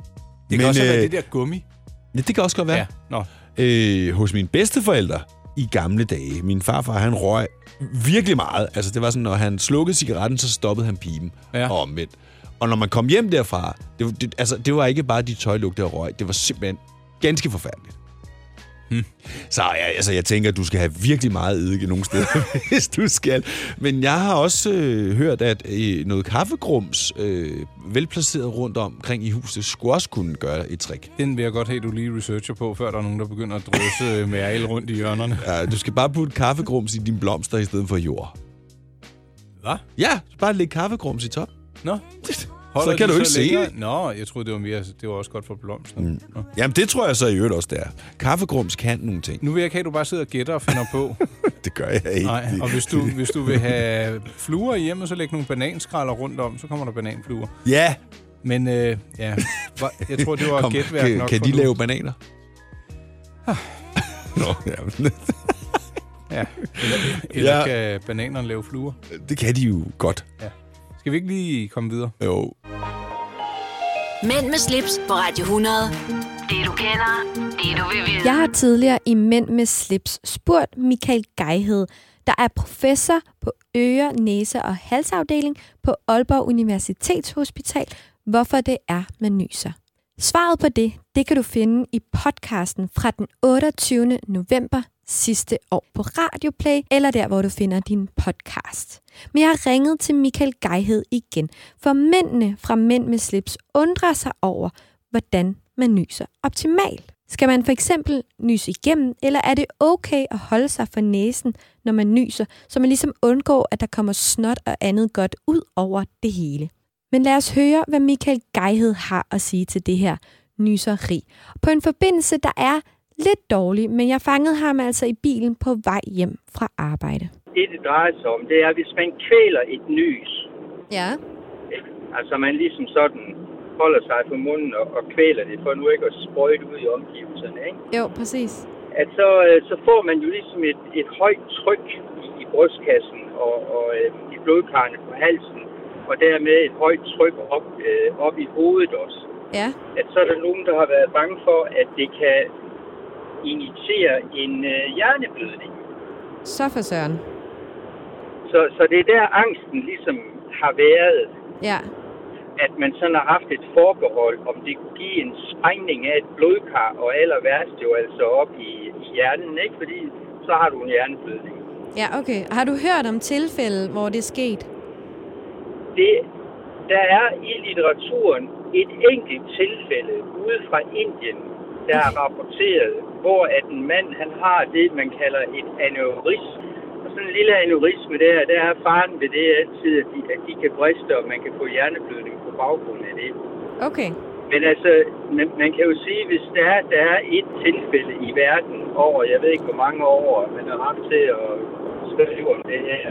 S2: Det kan også have været det der gummi.
S3: øh, Ja, det kan også godt være.
S2: Ja, nå.
S3: Øh, hos mine bedsteforældre i gamle dage, min farfar, han røg virkelig meget. Altså, det var sådan, når han slukkede cigaretten, så stoppede han pipen ja. og omvendt. Og når man kom hjem derfra, det, var- det, altså, det var ikke bare de tøjlugte og røg, det var simpelthen ganske forfærdeligt. Hmm. Så jeg, altså, jeg tænker, at du skal have virkelig meget eddike nogle steder, hvis du skal. Men jeg har også øh, hørt, at øh, noget kaffegrums, øh, velplaceret rundt omkring i huset, skulle også kunne gøre et trick.
S2: Den vil jeg godt have, du lige researcher på, før der er nogen, der begynder at drøse øh, mærel rundt i hjørnerne.
S3: Ja, Øh, du skal bare putte kaffegrums i dine blomster i stedet for jord.
S2: Hvad?
S3: Ja, bare lægge kaffegrums i top.
S2: Nå.
S3: så kan
S2: de
S3: du ikke se
S2: længere?
S3: det.
S2: Nå, jeg troede, det var, mere, det var også godt for blomster. Mm.
S3: Jamen, det tror jeg så i øvrigt også, det er. Kaffegrums kan nogle ting.
S2: Nu vil jeg ikke have, at du bare sidder og gætter og finder på.
S3: Det gør jeg ikke.
S2: Nej, og hvis du, hvis du vil have fluer i hjemmet, så læg nogle bananskralder rundt om, så kommer der bananfluer.
S3: Ja.
S2: Men øh, ja, hvor- jeg tror, det var
S3: Kom,
S2: gætværk
S3: kan,
S2: nok
S3: Kan
S2: for
S3: de
S2: nu.
S3: lave bananer? Nå, jamen,
S2: Ja, eller, eller
S3: Ja.
S2: ja. kan bananerne lave fluer?
S3: det kan de jo godt.
S2: Ja. Skal vi ikke lige komme videre?
S3: Jo.
S1: Mænd med slips på Radio 100. Det du kender, det du vil vide.
S13: Jeg har tidligere i Mænd med slips spurgt Michael Geihed, der er professor på øre, næse og halsafdeling på Aalborg Universitetshospital, hvorfor det er, man nyser. Svaret på det, det kan du finde i podcasten fra den 28. november sidste år på Radioplay, eller der, hvor du finder din podcast. Men jeg har ringet til Michael Geihed igen, for mændene fra Mænd med slips undrer sig over, hvordan man nyser optimalt. Skal man for eksempel nyse igennem, eller er det okay at holde sig for næsen, når man nyser, så man ligesom undgår, at der kommer snot og andet godt ud over det hele? Men lad os høre, hvad Michael Geihed har at sige til det her nyseri. På en forbindelse, der er lidt dårlig, men jeg fangede ham altså i bilen på vej hjem fra arbejde.
S14: Det, det drejer sig om, det er, hvis man kvæler et nys.
S13: Ja.
S14: Altså, man ligesom sådan holder sig på munden og, og kvæler det, for nu ikke at sprøjte ud i omgivelserne, ikke?
S13: Jo, præcis.
S14: At så, øh, så får man jo ligesom et, et højt tryk i, i brystkassen og, og øh, i blodkarrene på halsen, og dermed et højt tryk op, øh, op i hovedet også.
S13: Ja.
S14: At så er der nogen, der har været bange for, at det kan initiere en øh, hjerneblødning.
S13: Så for søren.
S14: Så, så det er der angsten ligesom har været,
S13: Ja.
S14: at man sådan har haft et forbehold, om det kunne give en sprængning af et blodkar, og aller værst jo altså op i, i hjernen, ikke? Fordi så har du en hjerneblødning.
S13: Ja, okay. Har du hørt om tilfælde, hvor det er sket?
S14: Det, der er i litteraturen et enkelt tilfælde ude fra Indien, der er rapporteret, hvor at en mand han har det, man kalder et aneurisme. Og sådan en lille aneurisme der, der er faren ved det altid, at de, at de kan briste, og man kan få hjerneblødning på baggrund af det.
S13: Okay.
S14: Men altså, man, man kan jo sige, hvis der er, der er et tilfælde i verden over, jeg ved ikke hvor mange år, man har haft til at skrive om det her,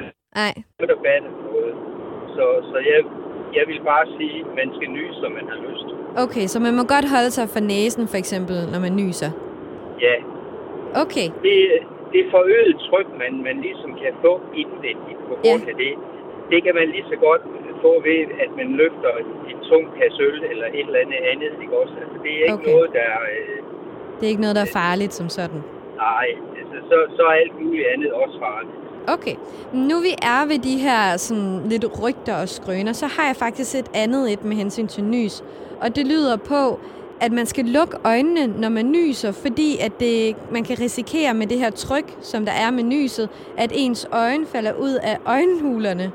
S13: Nej.
S14: så er der batter noget. Så, så jeg, jeg vil bare sige, at man skal nyse, som man har lyst.
S13: Okay, så man må godt holde sig for næsen, for eksempel, når man nyser.
S14: Ja,
S13: Okay.
S14: det, det forøget tryk, man, man ligesom kan få indvendigt på grund af det, det kan man lige så godt få ved, at man løfter en tung kasse øl eller et eller andet andet, ikke også? Altså, det er ikke
S13: Okay.
S14: okay. noget, der... Øh,
S13: Det er ikke noget, der er farligt som sådan.
S14: Nej, altså, så, så er alt muligt andet også farligt.
S13: Okay. Nu vi er ved de her sådan, lidt rygter og skrøner, så har jeg faktisk et andet et med hensyn til nys. Og det lyder på, at man skal lukke øjnene, når man nyser, fordi at det, man kan risikere med det her tryk, som der er med nyset, at ens øjne falder ud af øjenhulerne.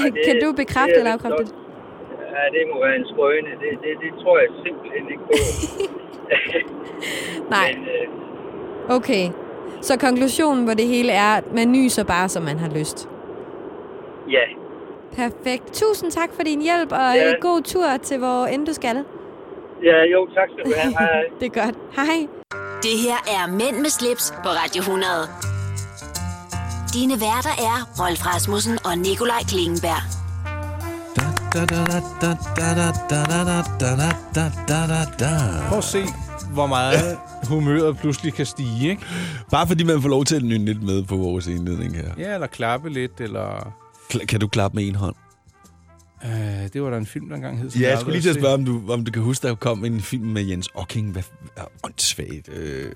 S14: Ej, det-
S13: kan du bekræfte
S14: det er
S13: eller
S14: vist
S13: afkræfte det?
S14: nok- Ja, det må være en skrøne. Det, det, det tror jeg simpelthen ikke på.
S13: Nej. Okay. Så konklusionen på det hele er, at man nyser bare, som man har lyst.
S14: ja,
S13: Perfekt. Tusind tak for din hjælp, og
S14: Ja.
S13: ja. god tur til, hvor end du skal.
S14: ja, jo, tak skal du have. Hej.
S13: det er godt. Hej.
S1: Det her er Mænd med slips på Radio 100. Dine værter er Rolf Rasmussen og Nikolaj Klingenberg.
S2: Prøv at se, hvor meget humøret pludselig kan stige, ikke?
S3: Bare fordi man får lov til at nynne lidt med på vores indledning her.
S2: Ja, eller klappe lidt, eller...
S3: Kla- Kan du klappe med en hånd?
S2: Øh, det var der en film, der engang hed. som
S3: Ja, jeg
S2: aldrig
S3: skulle
S2: har
S3: lige til at
S2: set.
S3: spørge, om du, om du kan huske, der kom en film med Jens Ocking. Hvad er åndssvagt? Øh.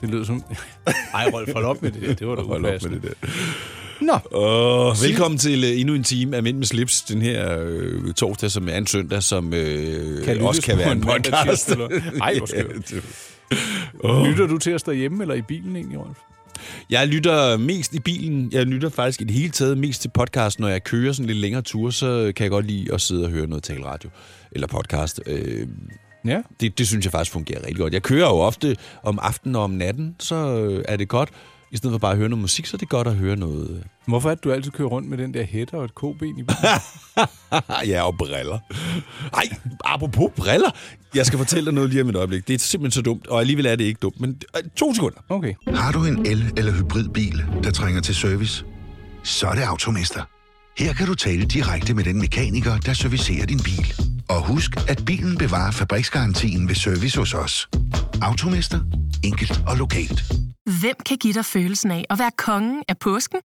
S2: Det lød som... Ej, Rolf, hold op med det der. Det var da
S3: Hold op med
S2: upassende.
S3: det der.
S2: Nå.
S3: Og velkommen til øh, endnu en time af Mænd med slips, den her øh, torsdag, som er en søndag, som øh,
S2: Kan lyttes
S3: også kan
S2: på
S3: være
S2: en
S3: en
S2: mandag,
S3: podcast.
S2: tirsdag, lørdag. Ej, hvor skørt.
S3: det-
S2: Oh. Lytter du til at stå hjemme eller i bilen egentlig, Rolf?
S3: Jeg lytter mest i bilen. Jeg lytter faktisk i det hele taget mest til podcast. Når jeg kører sådan lidt længere ture, så kan jeg godt lide at sidde og høre noget taleradio eller podcast. Øh,
S2: ja.
S3: det, det synes jeg faktisk fungerer rigtig godt. Jeg kører jo ofte om aftenen og om natten, så øh, er det godt. I stedet for bare at høre noget musik, så er det godt at høre noget.
S2: Hvorfor er det, du altid kører rundt med den der hætte og et koben i bilen?
S3: øh, ja, og briller. Ej, apropos briller. Jeg skal fortælle dig noget lige om et øjeblik. Det er simpelthen så dumt, og alligevel er det ikke dumt. Men øh, to sekunder.
S2: Okay.
S15: Har du en el- eller hybridbil, der trænger til service? Så er det Automester. Her kan du tale direkte med den mekaniker, der servicerer din bil. Og husk, at bilen bevarer fabriksgarantien ved service hos os. Automester. Enkelt og lokalt.
S16: Hvem kan give dig følelsen af at være kongen af påsken?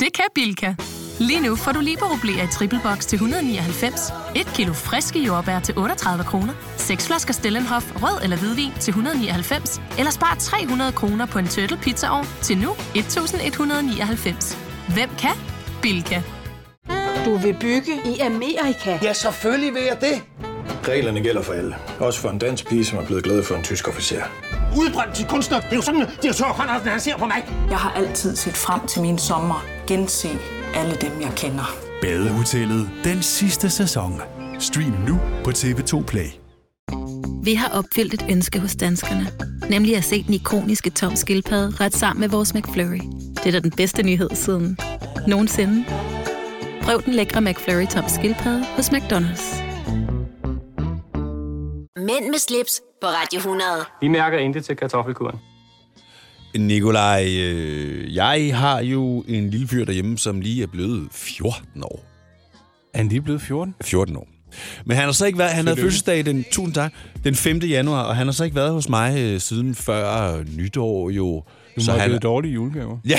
S16: Det kan Bilka! Lige nu får du liberobleer i triple box til 199, et kilo friske jordbær til 38 kroner, seks flasker Stellenhof rød eller hvidvin til 199, eller spar 300 kroner på en turtle pizzaovn til nu 1199. Hvem kan? Bilka.
S17: Du vil bygge i Amerika? Ja, selvfølgelig vil jeg det.
S11: Reglerne gælder for alle. Også for en dansk pige, som er blevet glad for en tysk officer.
S10: Udbrændt til kunstner. Det er jo sådan, at direktør Conradsen, han ser på mig.
S9: Jeg har altid set frem til min sommer, gense alle dem, jeg kender.
S12: Badehotellet den sidste sæson. Stream nu på TV2 Play.
S18: Vi har opfyldt et ønske hos danskerne. Nemlig at se den ikoniske tom skildpadde ret sammen med vores McFlurry. Det er da den bedste nyhed siden nogensinde. Prøv den lækre McFlurry tom skildpadde hos McDonald's.
S1: Mænd med slips på Radio 100.
S4: Vi mærker intet til kartoffelkuren.
S3: Nikolaj, øh, jeg har jo en lille fyr derhjemme, som lige er blevet 14 år.
S2: Er han lige blevet 14?
S3: 14 år. Men han har så ikke været, han havde
S2: Tillykke.
S3: fødselsdag den, tusind tak, den 5. januar, og han har så ikke været hos mig øh, siden før nytår jo.
S2: Du må
S3: så
S2: have
S3: han,
S2: blevet dårlige julegaver.
S3: Ja,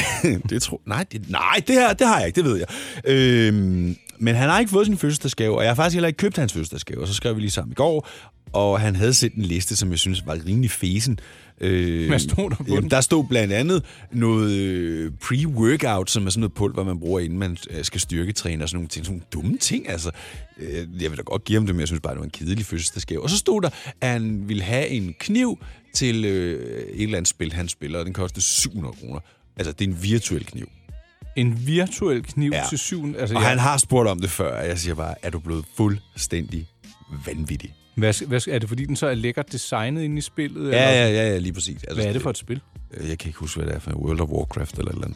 S3: det tror nej, det, nej, det her, det har jeg ikke, det ved jeg. Øhm, men han har ikke fået sin fødselsdagsgave, og jeg har faktisk heller ikke købt hans fødselsdagsgave, og så skrev vi lige sammen i går, og han havde sendt en liste, som jeg synes var rimelig fesen. Øh,
S2: Hvad stod der på den?
S3: Der stod blandt andet noget øh, pre-workout, som er sådan noget pulver, man bruger, inden man øh, skal styrketræne og sådan nogle ting. Sådan nogle dumme ting, altså. Øh, jeg vil da godt give ham det, men jeg synes bare, det var en kedelig fødselsdagsgave. Og så stod der, at han ville have en kniv til øh, et eller andet spil, han spiller, og den kostede 700 kroner. Altså, det er en virtuel kniv.
S2: En virtuel kniv ja. til syvende...
S3: Altså, og
S2: jeg-
S3: han har spurgt om det før, og jeg siger bare, er du blevet fuldstændig vanvittig?
S2: Hvad, hvad, er det, fordi den så er lækkert designet inde i spillet? eller?
S3: Ja, ja, ja, ja, lige præcis. Altså,
S2: Hvad er det for et spil?
S3: Øh, Jeg kan ikke huske, hvad det er for World of Warcraft eller et eller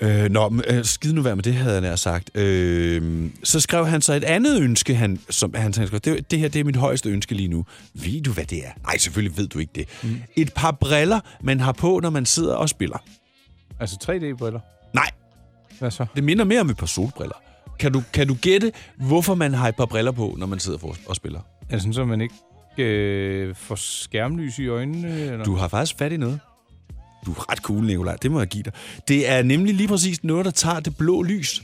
S3: andet. Øh, nå, men, øh, skide nu være med det, havde jeg nær sagt. Øh, så skrev han så et andet ønske, han, som han sagde, det, det her det er mit højeste ønske lige nu. Ved du, hvad det er? Nej, selvfølgelig ved du ikke det. Mm. Et par briller, man har på, når man sidder og spiller.
S2: Altså 3D-briller?
S3: Nej.
S2: Hvad så?
S3: Det minder mere om et par solbriller. Kan du, kan du gætte, hvorfor man har et par briller på, når man sidder for, og spiller?
S2: Er det sådan, så man ikke øh, får skærmlys i øjnene? Eller?
S3: Du har faktisk fat i noget. Du er ret cool, Nikolaj. Det må jeg give dig. Det er nemlig lige præcis noget, der tager det blå lys.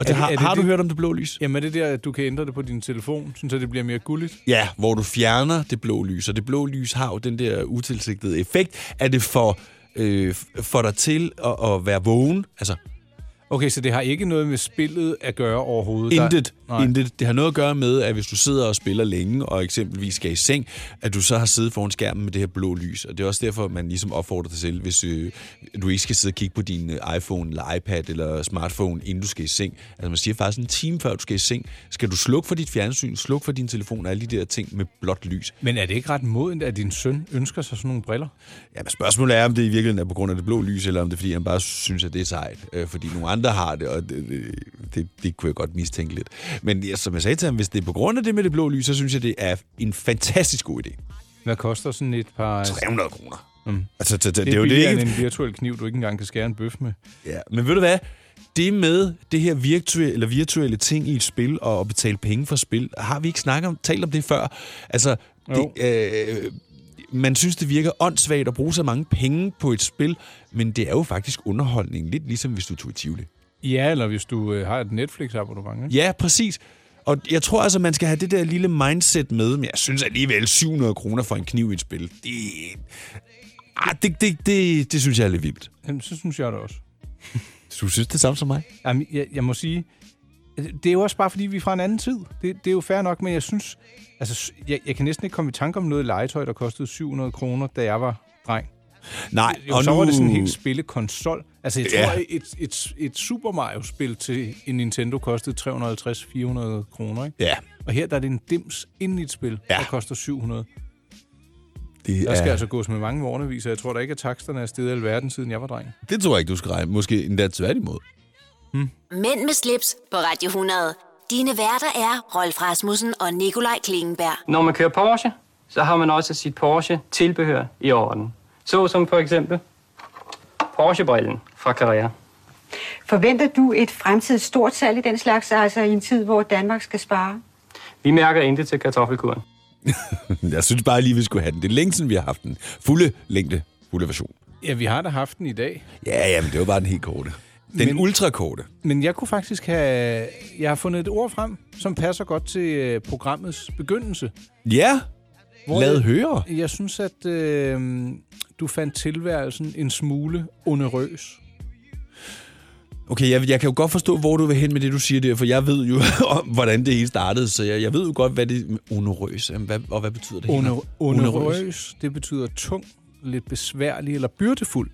S3: Og det, har, har du hørt om det blå lys?
S2: Jamen er det der, at du kan ændre det på din telefon, sådan så det bliver mere gulligt?
S3: Ja, hvor du fjerner det blå lys, og det blå lys har jo den der utilsigtede effekt, at det får, øh, får dig til at, at være vågen. Altså,
S2: Okay, så det har ikke noget med spillet at gøre overhovedet?
S3: Intet. Nej. Intet. Det har noget at gøre med, at hvis du sidder og spiller længe, og eksempelvis skal i seng, at du så har siddet foran skærmen med det her blå lys. Og det er også derfor, man ligesom opfordrer dig selv, hvis øh, du ikke skal sidde og kigge på din øh, iPhone, eller iPad eller smartphone, inden du skal i seng. Altså man siger faktisk en time før du skal i seng, skal du slukke for dit fjernsyn, slukke for din telefon og alle de der ting med blåt lys.
S2: Men er det ikke ret modent, at din søn ønsker sig sådan nogle briller?
S3: Ja, men spørgsmålet er, om det i virkeligheden er på grund af det blå lys, eller om det er, fordi han bare synes, at det er sejt. Øh, fordi nogle andre har det, og det, det, det, det kunne jeg godt mistænke lidt. Men ja, som jeg sagde til ham, hvis det er på grund af det med det blå lys, så synes jeg, det er en fantastisk god idé.
S2: Hvad koster sådan et par...
S3: 300 kroner.
S2: Mm.
S3: Altså, det,
S2: Det
S3: det, det,
S2: er,
S3: det er jo det
S2: billigere
S3: ikke...
S2: end en virtuel kniv, du ikke engang kan skære en bøf med.
S3: Ja, men ved du hvad? Det med det her virtuelle, eller virtuelle ting i et spil og at betale penge for spil, har vi ikke snakket om, talt om det før? Altså, det, øh, man synes, det virker åndssvagt at bruge så mange penge på et spil, men det er jo faktisk underholdning, lidt ligesom hvis du tog i Tivoli.
S2: Ja, eller hvis du øh, har et Netflix-abonnement. Ikke?
S3: Ja, præcis. Og jeg tror altså, man skal have det der lille mindset med, men jeg synes alligevel 700 kroner for en kniv i et spil, det, ah, det, det, det, det synes jeg er lidt vildt.
S2: Jamen, så synes jeg det også.
S3: Du synes det samme som mig?
S2: Jamen, jeg, jeg må sige, det er jo også bare, fordi vi er fra en anden tid. Det, det er jo fair nok, men jeg synes... Altså, s- jeg, jeg kan næsten ikke komme i tanke om noget legetøj, der kostede 700 kroner, da jeg var dreng.
S3: Nej,
S2: jo,
S3: og
S2: så
S3: nu...
S2: var det sådan en helt spillekonsol. Altså, jeg tror,
S3: Ja.
S2: ja. et, et, et Super Mario-spil til en Nintendo kostede 350-400 kroner, ikke?
S3: Ja.
S2: Og her der er det en dims inden i et spil, ja. der koster 700.
S3: Det
S2: Der skal altså gås med mange vorneviser. Jeg tror da ikke, at taksterne er steget i alverden, siden jeg var dreng.
S3: Det tror jeg ikke, du skal regne. Måske endda tværtimod.
S1: Mænd med slips på Radio 100. Dine værter er Rolf Rasmussen og Nikolaj Klingenberg.
S4: Når man kører Porsche, så har man også sit Porsche-tilbehør i orden. Så som for eksempel Porsche-brillen fra Carrera.
S19: Forventer du et fremtidigt stort salg i den slags, altså i en tid, hvor Danmark skal spare?
S4: Vi mærker intet til kartoffelkuren.
S3: Jeg synes bare lige, vi skulle have den. Det er længe siden, vi har haft den. Fulde længde, fulde version.
S2: Ja, vi har da haft den i dag.
S3: Ja, ja, men det var bare den helt korte. Den men... ultrakorte.
S2: Men jeg kunne faktisk have... Jeg har fundet et ord frem, som passer godt til øh, programmets begyndelse.
S3: Ja, lad høre.
S2: Jeg, jeg synes, at øh, du fandt tilværelsen en smule onerøs.
S3: Okay, jeg, jeg kan jo godt forstå, hvor du vil hen med det, du siger der, for jeg ved jo om, hvordan det hele startede, så jeg, jeg ved jo godt, hvad det onerøs, jamen, hvad, og hvad betyder det?
S2: Oner- onerøs, det betyder tung, lidt besværlig eller byrdefuld.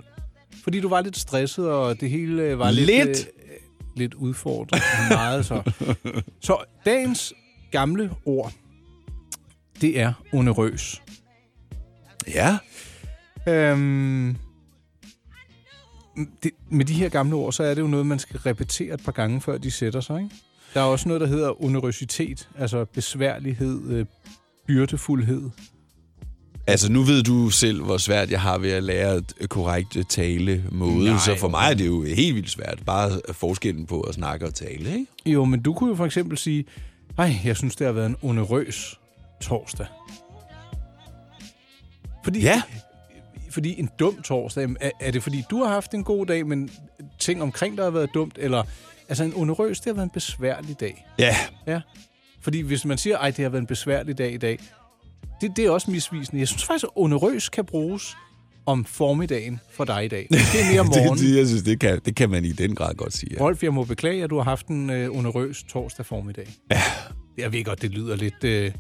S2: Fordi du var lidt stresset, og det hele øh, var lidt...
S3: Lidt?
S2: øh, lidt udfordret. Meget så. Så dagens gamle ord, det er onerøs.
S3: Ja.
S2: Øhm, det, med de her gamle ord, så er det jo noget, man skal repetere et par gange, før de sætter sig. Ikke? Der er også noget, der hedder onerøsitet, altså besværlighed, øh, byrdefuldhed.
S3: Altså, nu ved du selv, hvor svært jeg har ved at lære et øh, korrekt tale måde,
S2: Nej.
S3: så for mig er det jo helt vildt svært. Bare forskellen på at snakke og tale, ikke?
S2: Jo, men du kunne jo for eksempel sige, nej, jeg synes, det har været en onerøs torsdag. Fordi, ja. Fordi en dum torsdag, jamen, er, er det fordi, du har haft en god dag, men ting omkring dig har været dumt, eller... Altså, en onerøs, det har været en besværlig dag.
S3: Ja.
S2: Ja. Fordi hvis man siger, ej, det har været en besværlig dag i dag, det, det er også misvisende. Jeg synes faktisk, at onerøs kan bruges om formiddagen for dig i dag. Det er mere morgen.
S3: det, det, jeg synes, det kan, det kan man i den grad godt sige. Ja.
S2: Rolf, jeg må beklage, at du har haft en øh, onerøs torsdag formiddag. Ja. Jeg ved godt, det lyder lidt øh,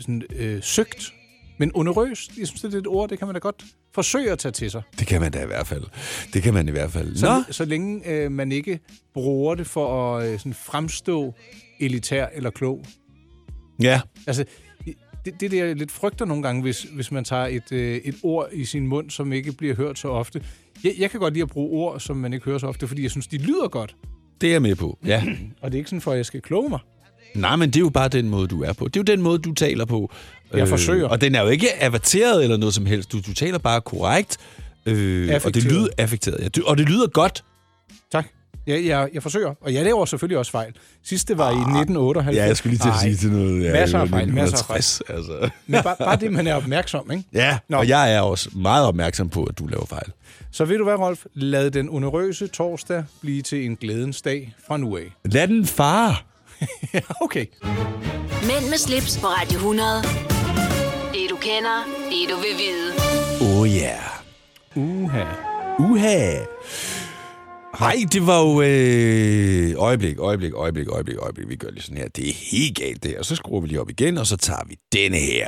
S2: sådan, øh, søgt, men onerøs, jeg synes, det er et ord, det kan man da godt forsøge at tage til sig.
S3: Det kan man da i hvert fald. Det kan man i hvert fald.
S2: Så, så længe øh, man ikke bruger det for at øh, sådan fremstå elitær eller klog.
S3: Ja.
S2: Altså, det, det er det, jeg lidt frygter nogle gange, hvis, hvis man tager et, øh, et ord i sin mund, som ikke bliver hørt så ofte. Jeg, jeg kan godt lide at bruge ord, som man ikke hører så ofte, fordi jeg synes, de lyder godt.
S3: Det er jeg med på, ja.
S2: Og det er ikke sådan, for at jeg skal kloge mig.
S3: Nej, men det er jo bare den måde, du er på. Det er jo den måde, du taler på. Øh,
S2: Jeg forsøger.
S3: Og den er jo ikke avateret eller noget som helst. Du, du taler bare korrekt. Øh, og det
S2: Affekteret.
S3: lyder affekteret, ja. Du- Og det lyder godt.
S2: Tak. Jeg, jeg, jeg forsøger, og jeg laver selvfølgelig også fejl. Sidste var i 1998.
S3: Ah. Ja, jeg skulle lige til at sige til noget. Ja,
S2: masser af
S3: det var
S2: fejl, masser af fejl.
S3: 1960, Altså.
S2: Men bare, bare det, man er opmærksom, ikke?
S3: Ja, Nå. og jeg er også meget opmærksom på, at du laver fejl.
S2: Så ved du hvad, Rolf? Lad den onerøse torsdag blive til en glædens dag fra nu af.
S3: Lad den far.
S2: ja, okay.
S1: Mænd med slips på Radio 100. Det du kender, det du vil vide.
S3: Oh yeah.
S2: Uha.
S3: Uha. Nej, det var jo... Øh, øjeblik, øjeblik, øjeblik, øjeblik, øjeblik. Vi gør lige sådan her. Det er helt galt det her. Så skruer vi lige op igen, og så tager vi denne her.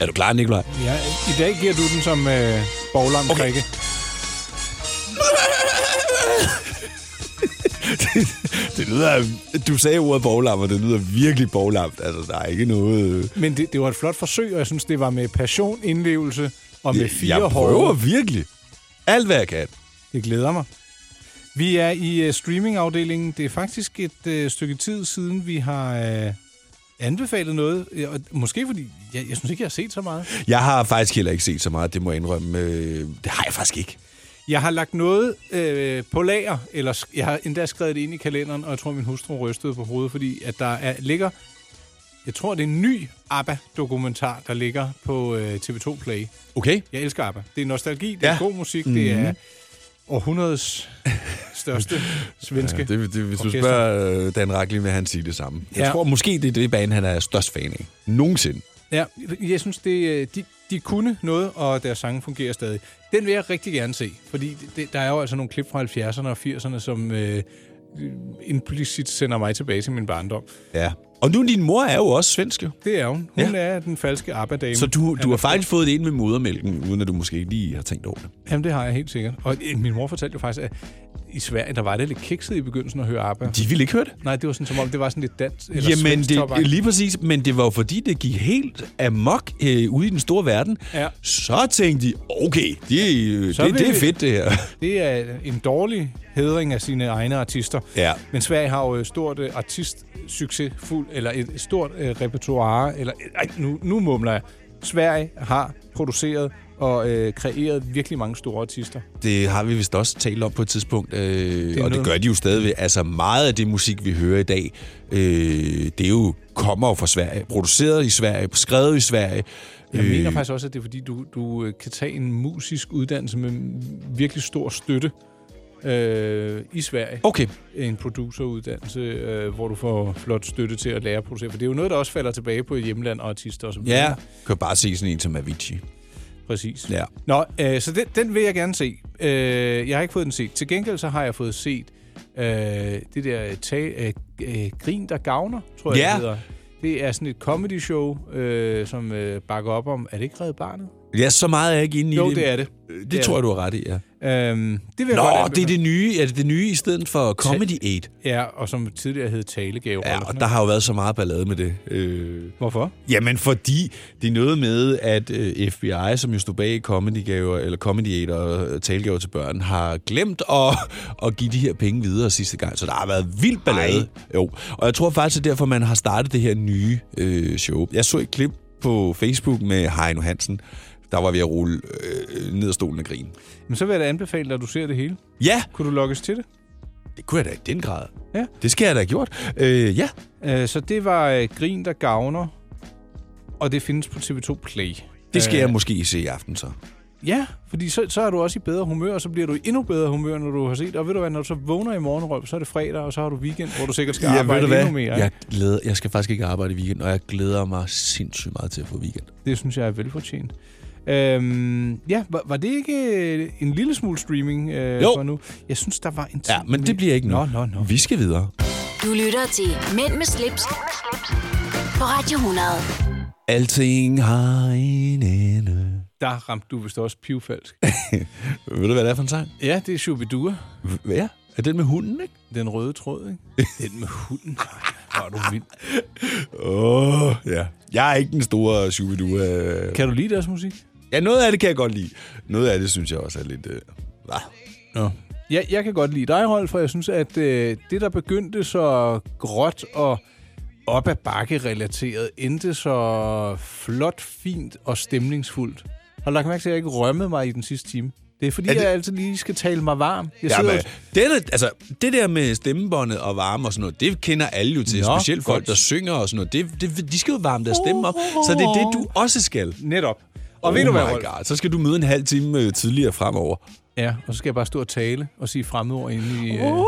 S3: Er du klar, Nikolaj?
S2: Ja, i dag giver du den som øh, boglam okay. krikke.
S3: Det lyder... Du sagde ordet boglam, og det lyder virkelig boglamt. Altså, der er ikke noget...
S2: Men det, det var et flot forsøg, og jeg synes, det var med passion, indlevelse og med
S3: Jeg-
S2: fire
S3: jeg
S2: hår.
S3: prøver virkelig. Alt, hvad jeg kan.
S2: Det glæder mig. Vi er i uh, streamingafdelingen. Det er faktisk et uh, stykke tid siden, vi har uh, anbefalet noget. Øh, Og måske fordi, jeg, jeg synes ikke, jeg har set så meget.
S3: Jeg har faktisk heller ikke set så meget, det må jeg indrømme. Øh, Det har jeg faktisk ikke.
S2: Jeg har lagt noget øh, på lager, eller sk- jeg har endda skrevet det ind i kalenderen, og jeg tror, min hustru rystede på hovedet, fordi at der er, ligger, jeg tror, det er en ny ABBA-dokumentar, der ligger på øh, TV2 Play.
S3: Okay.
S2: Jeg elsker ABBA. Det er nostalgi, det er
S3: Ja.
S2: god musik, det
S3: Mhm.
S2: er århundredets største svenske
S3: Ja, det, det, hvis du
S2: orkester.
S3: spørger øh, Dan Racklin, vil han sige det samme. Jeg
S2: Ja.
S3: tror måske, det er det bane, han er størst fan af. Nogensinde.
S2: Ja, jeg synes, det, øh, de, de kunne noget, og deres sange fungerer stadig. Den vil jeg rigtig gerne se, fordi det, der er jo altså nogle klip fra 70'erne og 80'erne, som øh, implicit sender mig tilbage til min barndom.
S3: Ja. Og nu, din mor er jo også svensk, jo.
S2: Det er hun. Hun ja. er den falske ABBA-dame.
S3: Så du, du
S2: Ja,
S3: har faktisk fået det ind med modermælken, uden at du måske lige har tænkt over det.
S2: Jamen, det har jeg helt sikkert. Og øh, min mor fortalte jo faktisk, at i Sverige, der var det lidt kikset i begyndelsen at høre ABBA.
S3: De ville ikke høre det.
S2: Nej, det var sådan, som om det var sådan lidt dans. Eller
S3: Jamen,
S2: svensk topagtigt.
S3: det, lige præcis. Men det var jo fordi, det gik helt amok øh, ude i den store verden.
S2: Ja.
S3: Så tænkte de, okay, de, øh,
S2: Så
S3: det,
S2: vil
S3: det er
S2: vi-
S3: fedt, det her.
S2: Det er en dårlig hedring af sine egne artister.
S3: Ja.
S2: Men Sverige har jo et stort øh, artist succesfuld, eller et stort øh, repertoire, eller øh, ej, nu, nu mumler jeg. Sverige har produceret og øh, kreeret virkelig mange store artister.
S3: Det har vi vist også talt om på et tidspunkt, øh,
S2: er
S3: og det
S2: noget-
S3: gør de jo stadigvæk. Altså meget af det musik, vi hører i dag, øh, det er jo kommer jo fra Sverige, produceret i Sverige, skrevet i Sverige.
S2: Jeg øh. mener faktisk også, at det er fordi, du, du øh, kan tage en musisk uddannelse med virkelig stor støtte øh, i Sverige.
S3: Okay.
S2: En produceruddannelse, øh, hvor du får flot støtte til at lære at producere. For det er jo noget, der også falder tilbage på hjemland og artister. Og så videre.
S3: Ja, kan jo bare se sådan en som Avicii.
S2: Præcis.
S3: Ja.
S2: Nå, øh, så den, den vil jeg gerne se. Øh, jeg har ikke fået den set. Til gengæld så har jeg fået set øh, det der tag, øh, øh, Grin, der gavner, tror jeg,
S3: Ja.
S2: det hedder. Det er sådan et comedy show, øh, som øh, bakker op om... Er det ikke Red Barnet?
S3: Ja, så meget er jeg ikke inde i
S2: Jo,
S3: det.
S2: det er det.
S3: Det,
S2: Det er
S3: det tror jeg,
S2: det.
S3: du har ret i, ja.
S2: Øhm, det vil jeg
S3: Nå,
S2: godt
S3: det er
S2: anbefale.
S3: det nye, er det, det nye i stedet for Comedy 8.
S2: Ja, og som tidligere hed Talegave.
S3: Ja, og der har jo været så meget ballade med det. Øh,
S2: Hvorfor?
S3: Jamen, fordi det er noget med, at øh, FBI, som jo stod bag comedygaver, eller comedy og talgaver til børn, har glemt at, at give de her penge videre sidste gang. Så der har været vild ballade. Jo. Og jeg tror faktisk, det er derfor, man har startet det her nye øh, show. Jeg så et klip på Facebook med Heino Hansen. Der var vi at rulle øh, ned ad stolen af grin.
S2: Men så vil jeg da anbefale dig, at du ser det hele.
S3: Ja!
S2: Kunne du lokkes til det?
S3: Det kunne jeg da i den grad.
S2: Ja.
S3: Det skal jeg da have gjort. Øh, ja.
S2: Øh, så det var øh, Grin, der gavner, og det findes på TV2 Play.
S3: Det skal
S2: Øh,
S3: jeg måske se i aften så.
S2: Ja, fordi så, så er du også i bedre humør, og så bliver du i endnu bedre humør, når du har set. Og ved du hvad, når du så vågner i morgen, Rolf, så er det fredag, og så har du weekend, hvor du sikkert skal
S3: ved
S2: arbejde
S3: du hvad?
S2: endnu mere.
S3: Jeg, glæder, jeg skal faktisk ikke arbejde i weekend, og jeg glæder mig sindssygt meget til at få weekend.
S2: Det synes jeg er velfortjent. Øhm, ja, var, var det ikke øh, en lille smule streaming øh,
S3: Jo.
S2: for nu? Jeg synes, der var en
S3: Ja, men det bliver ikke nu. Nå, nå, nå. Vi skal videre.
S1: Du lytter til Mænd med slips, på Radio 100.
S3: Alting har en ende.
S2: Der ramte du vist også pivfalsk.
S3: Ved du, hvad det er for en sang?
S2: ja, det er Shubidua.
S3: Ja, er den med hunden, ikke?
S2: Den røde tråd, ikke? den med hunden. Ej, Hvor er du vild.
S3: Åh, oh, ja. Jeg er ikke den store shubidua.
S2: Kan du lide deres musik?
S3: Ja, noget af det kan jeg godt lide. Noget af det synes jeg også er lidt... Øh, hva?
S2: Nå. Ja, jeg kan godt lide dig, Rolf, for jeg synes, at øh, det, der begyndte så gråt og op ad bakke relateret, endte så flot, fint og stemningsfuldt. Har du lagt mærke til, at jeg ikke rømmede mig i den sidste time? Det er fordi,
S3: Er
S2: er
S3: det-
S2: det... øh. jeg altid lige skal tale mig varm. Jeg
S3: Ja, men,
S2: sidder-
S3: den er, altså, det der med stemmebåndet og varme og sådan noget, det kender alle jo til.
S2: Nå,
S3: Specielt folk,
S2: godt.
S3: der synger og sådan noget. Det, det, de skal jo varme deres stemme op, så det er det, du også skal.
S2: Netop. Og ved du hvad,
S3: Oh my
S2: Rolf?
S3: God, Så skal du møde en halv time øh, tidligere fremover.
S2: Ja, og så skal jeg bare stå og tale og sige fremmedord inde i... Øh...
S3: Uh.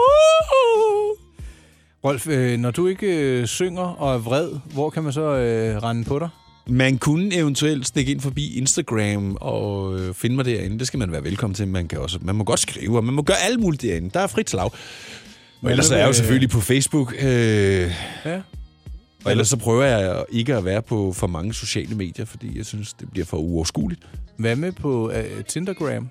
S2: Rolf, øh, når du ikke øh, synger og er vred, hvor kan man så øh, rende på dig?
S3: Man kunne eventuelt stikke ind forbi Instagram og øh, finde mig derinde. Det skal man være velkommen til. Man, kan også, man må godt skrive, og man må gøre alt muligt derinde. Der er frit slag. Og
S2: Hvad
S3: ellers
S2: med,
S3: er jeg jo
S2: øh,
S3: selvfølgelig på Facebook. Øh,
S2: Ja.
S3: og ellers så prøver jeg ikke at være på for mange sociale medier, fordi jeg synes, det bliver for uoverskueligt.
S2: Hvad med på øh, Tindergram?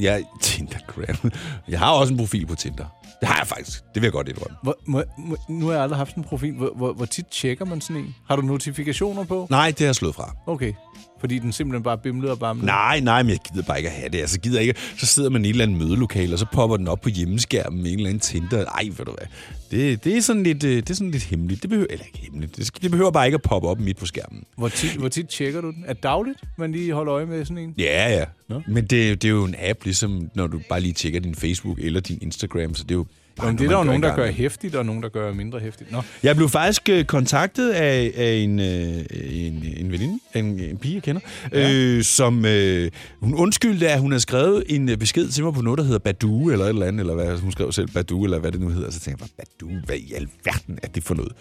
S3: Ja, Tindergram. Jeg har også en profil på Tinder. Det har jeg faktisk. Det vil jeg godt indrømme.
S2: Hvor, må, må, nu har jeg aldrig haft en profil. Hvor, hvor, hvor tit tjekker man sådan en? Har du notifikationer på?
S3: Nej, det har jeg slået fra.
S2: Okay. Fordi den simpelthen bare bimlede og bamlede.
S3: Nej, nej, men jeg gider bare ikke at have det. Altså, gider jeg ikke. Så sidder man i et eller andet mødelokale, og så popper den op på hjemmeskærmen med en eller anden Tinder. Ej, ved du hvad. Det, det, er sådan lidt, øh, det er sådan lidt hemmeligt. Det behøver, eller ikke hemmeligt. Det, skal- det behøver bare ikke at poppe op midt på skærmen.
S2: Hvor tit, hvor tit tjekker du den? Er det dagligt, man lige holder øje med sådan en?
S3: Ja, ja. Nå? Men det, det er jo en app, ligesom når du bare lige tjekker din Facebook eller din Instagram, så det er jo bare
S2: Jamen, det er
S3: noget,
S2: der jo
S3: man
S2: nogen, der
S3: engang
S2: gør
S3: imellem.
S2: hæftigt, og nogen, der gør mindre hæftigt. Nå.
S3: Jeg blev faktisk øh, kontaktet af, af en, øh, en, en veninde, en, en pige, jeg kender, ja. øh, som øh, hun undskyldte, at hun havde skrevet en øh, besked til mig på noget, der hedder Badu, eller et eller andet, eller hvad hun skrev selv, Badu, eller hvad det nu hedder. Så tænkte jeg bare, Badu, hvad i alverden er det for noget?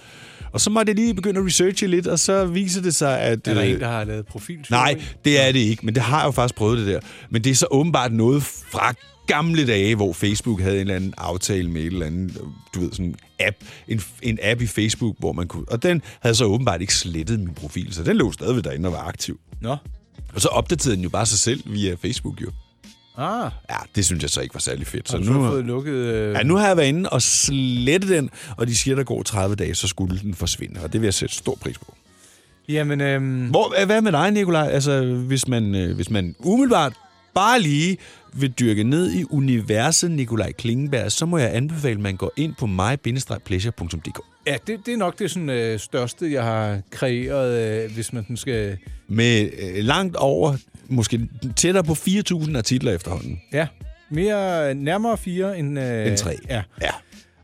S3: Og så måtte jeg lige begynde at researche lidt, og så viser det sig, at...
S2: Er der
S3: øh,
S2: en, der har lavet profil?
S3: Nej, det er det ikke, men det har jeg jo faktisk prøvet det der. Men det er så åbenbart noget fra gamle dage, hvor Facebook havde en eller anden aftale med et eller andet, du ved, sådan en app, en, en app i Facebook, hvor man kunne... Og den havde så åbenbart ikke slettet min profil, så den lå stadigvæk derinde og var aktiv.
S2: Nå.
S3: Og så opdaterede den jo bare sig selv via Facebook, jo.
S2: Ah,
S3: Ja, det synes jeg så ikke var særlig fedt.
S2: så har du så fået lukket... Øh...
S3: Ja, nu har jeg været inde og slette den, og de siger, der går 30 dage, så skulle den forsvinde, og det vil jeg sætte stor pris på.
S2: Jamen, øhm...
S3: Hvor, øh, hvad med dig, Nikolaj? Altså, hvis man, øh, hvis man umiddelbart bare lige vil dyrke ned i universet Nikolaj Klingenberg, så må jeg anbefale, at man går ind på mig-pleasure.dk.
S2: Ja, det, det er nok det sådan, øh, største, jeg har kreeret, øh, hvis man sådan skal...
S3: Med øh, langt over, måske tættere på 4.000 artikler efterhånden.
S2: Ja, mere nærmere fire end... Øh,
S3: End tre.
S2: Ja.
S3: ja.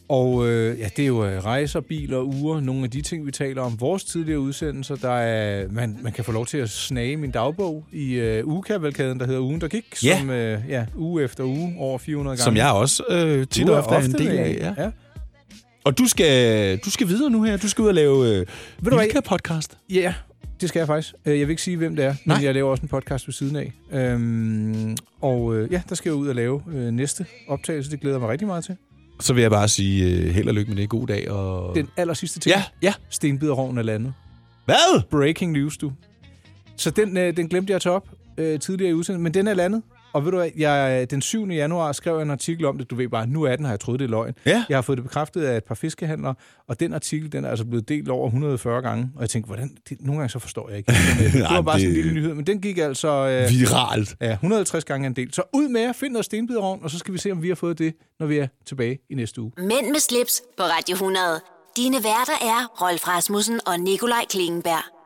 S2: Og øh, ja, det er jo øh, rejser, biler, uger, nogle af de ting, vi taler om. Vores tidligere udsendelser, der er, man, man kan få lov til at snage min dagbog i øh, ugekavalkaden, der hedder Ugen, der gik,
S3: Ja.
S2: som øh, ja, uge efter uge, over 400 gange.
S3: Som jeg også øh, tit
S2: Du er
S3: og ofte er en
S2: ofte
S3: del
S2: med,
S3: af. Ja.
S2: ja.
S3: Og du skal, du skal videre nu her. Du skal ud og lave øh,
S2: Ved du hvad?
S3: podcast.
S2: Ja, det skal jeg faktisk. Øh, Jeg vil ikke sige, hvem det er, men
S3: Nej.
S2: jeg laver også en podcast ved siden af. Øhm, og øh, ja, der skal jeg ud og lave øh, næste optagelse. Det glæder jeg mig rigtig meget til.
S3: Så vil jeg bare sige øh, held og lykke med det. God dag. Og...
S2: Den aller sidste ting.
S3: Ja, ja.
S2: Stenbiderroven er landet.
S3: Hvad?
S2: Breaking news, du. Så den, øh, den glemte jeg at tage op øh, tidligere i udsendelsen, men den er landet. Og ved du hvad, jeg, den 7. januar skrev jeg en artikel om det. Du ved bare, nu er den, har jeg troet, det er løgn.
S3: Ja.
S2: Jeg har fået det bekræftet af et par fiskehandlere, og den artikel, den er altså blevet delt over 140 gange. Og jeg tænkte, hvordan? Det, nogle gange så forstår jeg ikke. Men, øh, det
S3: Nej,
S2: var bare sådan en
S3: det-
S2: lille nyhed, men den gik altså... Øh,
S3: Viralt.
S2: Ja, 150 gange er en del. Så ud med jer, find noget stenbiderovn, og så skal vi se, om vi har fået det, når vi er tilbage i næste uge.
S1: Mænd med slips på Radio 100. Dine værter er Rolf Rasmussen og Nikolaj Klingenberg.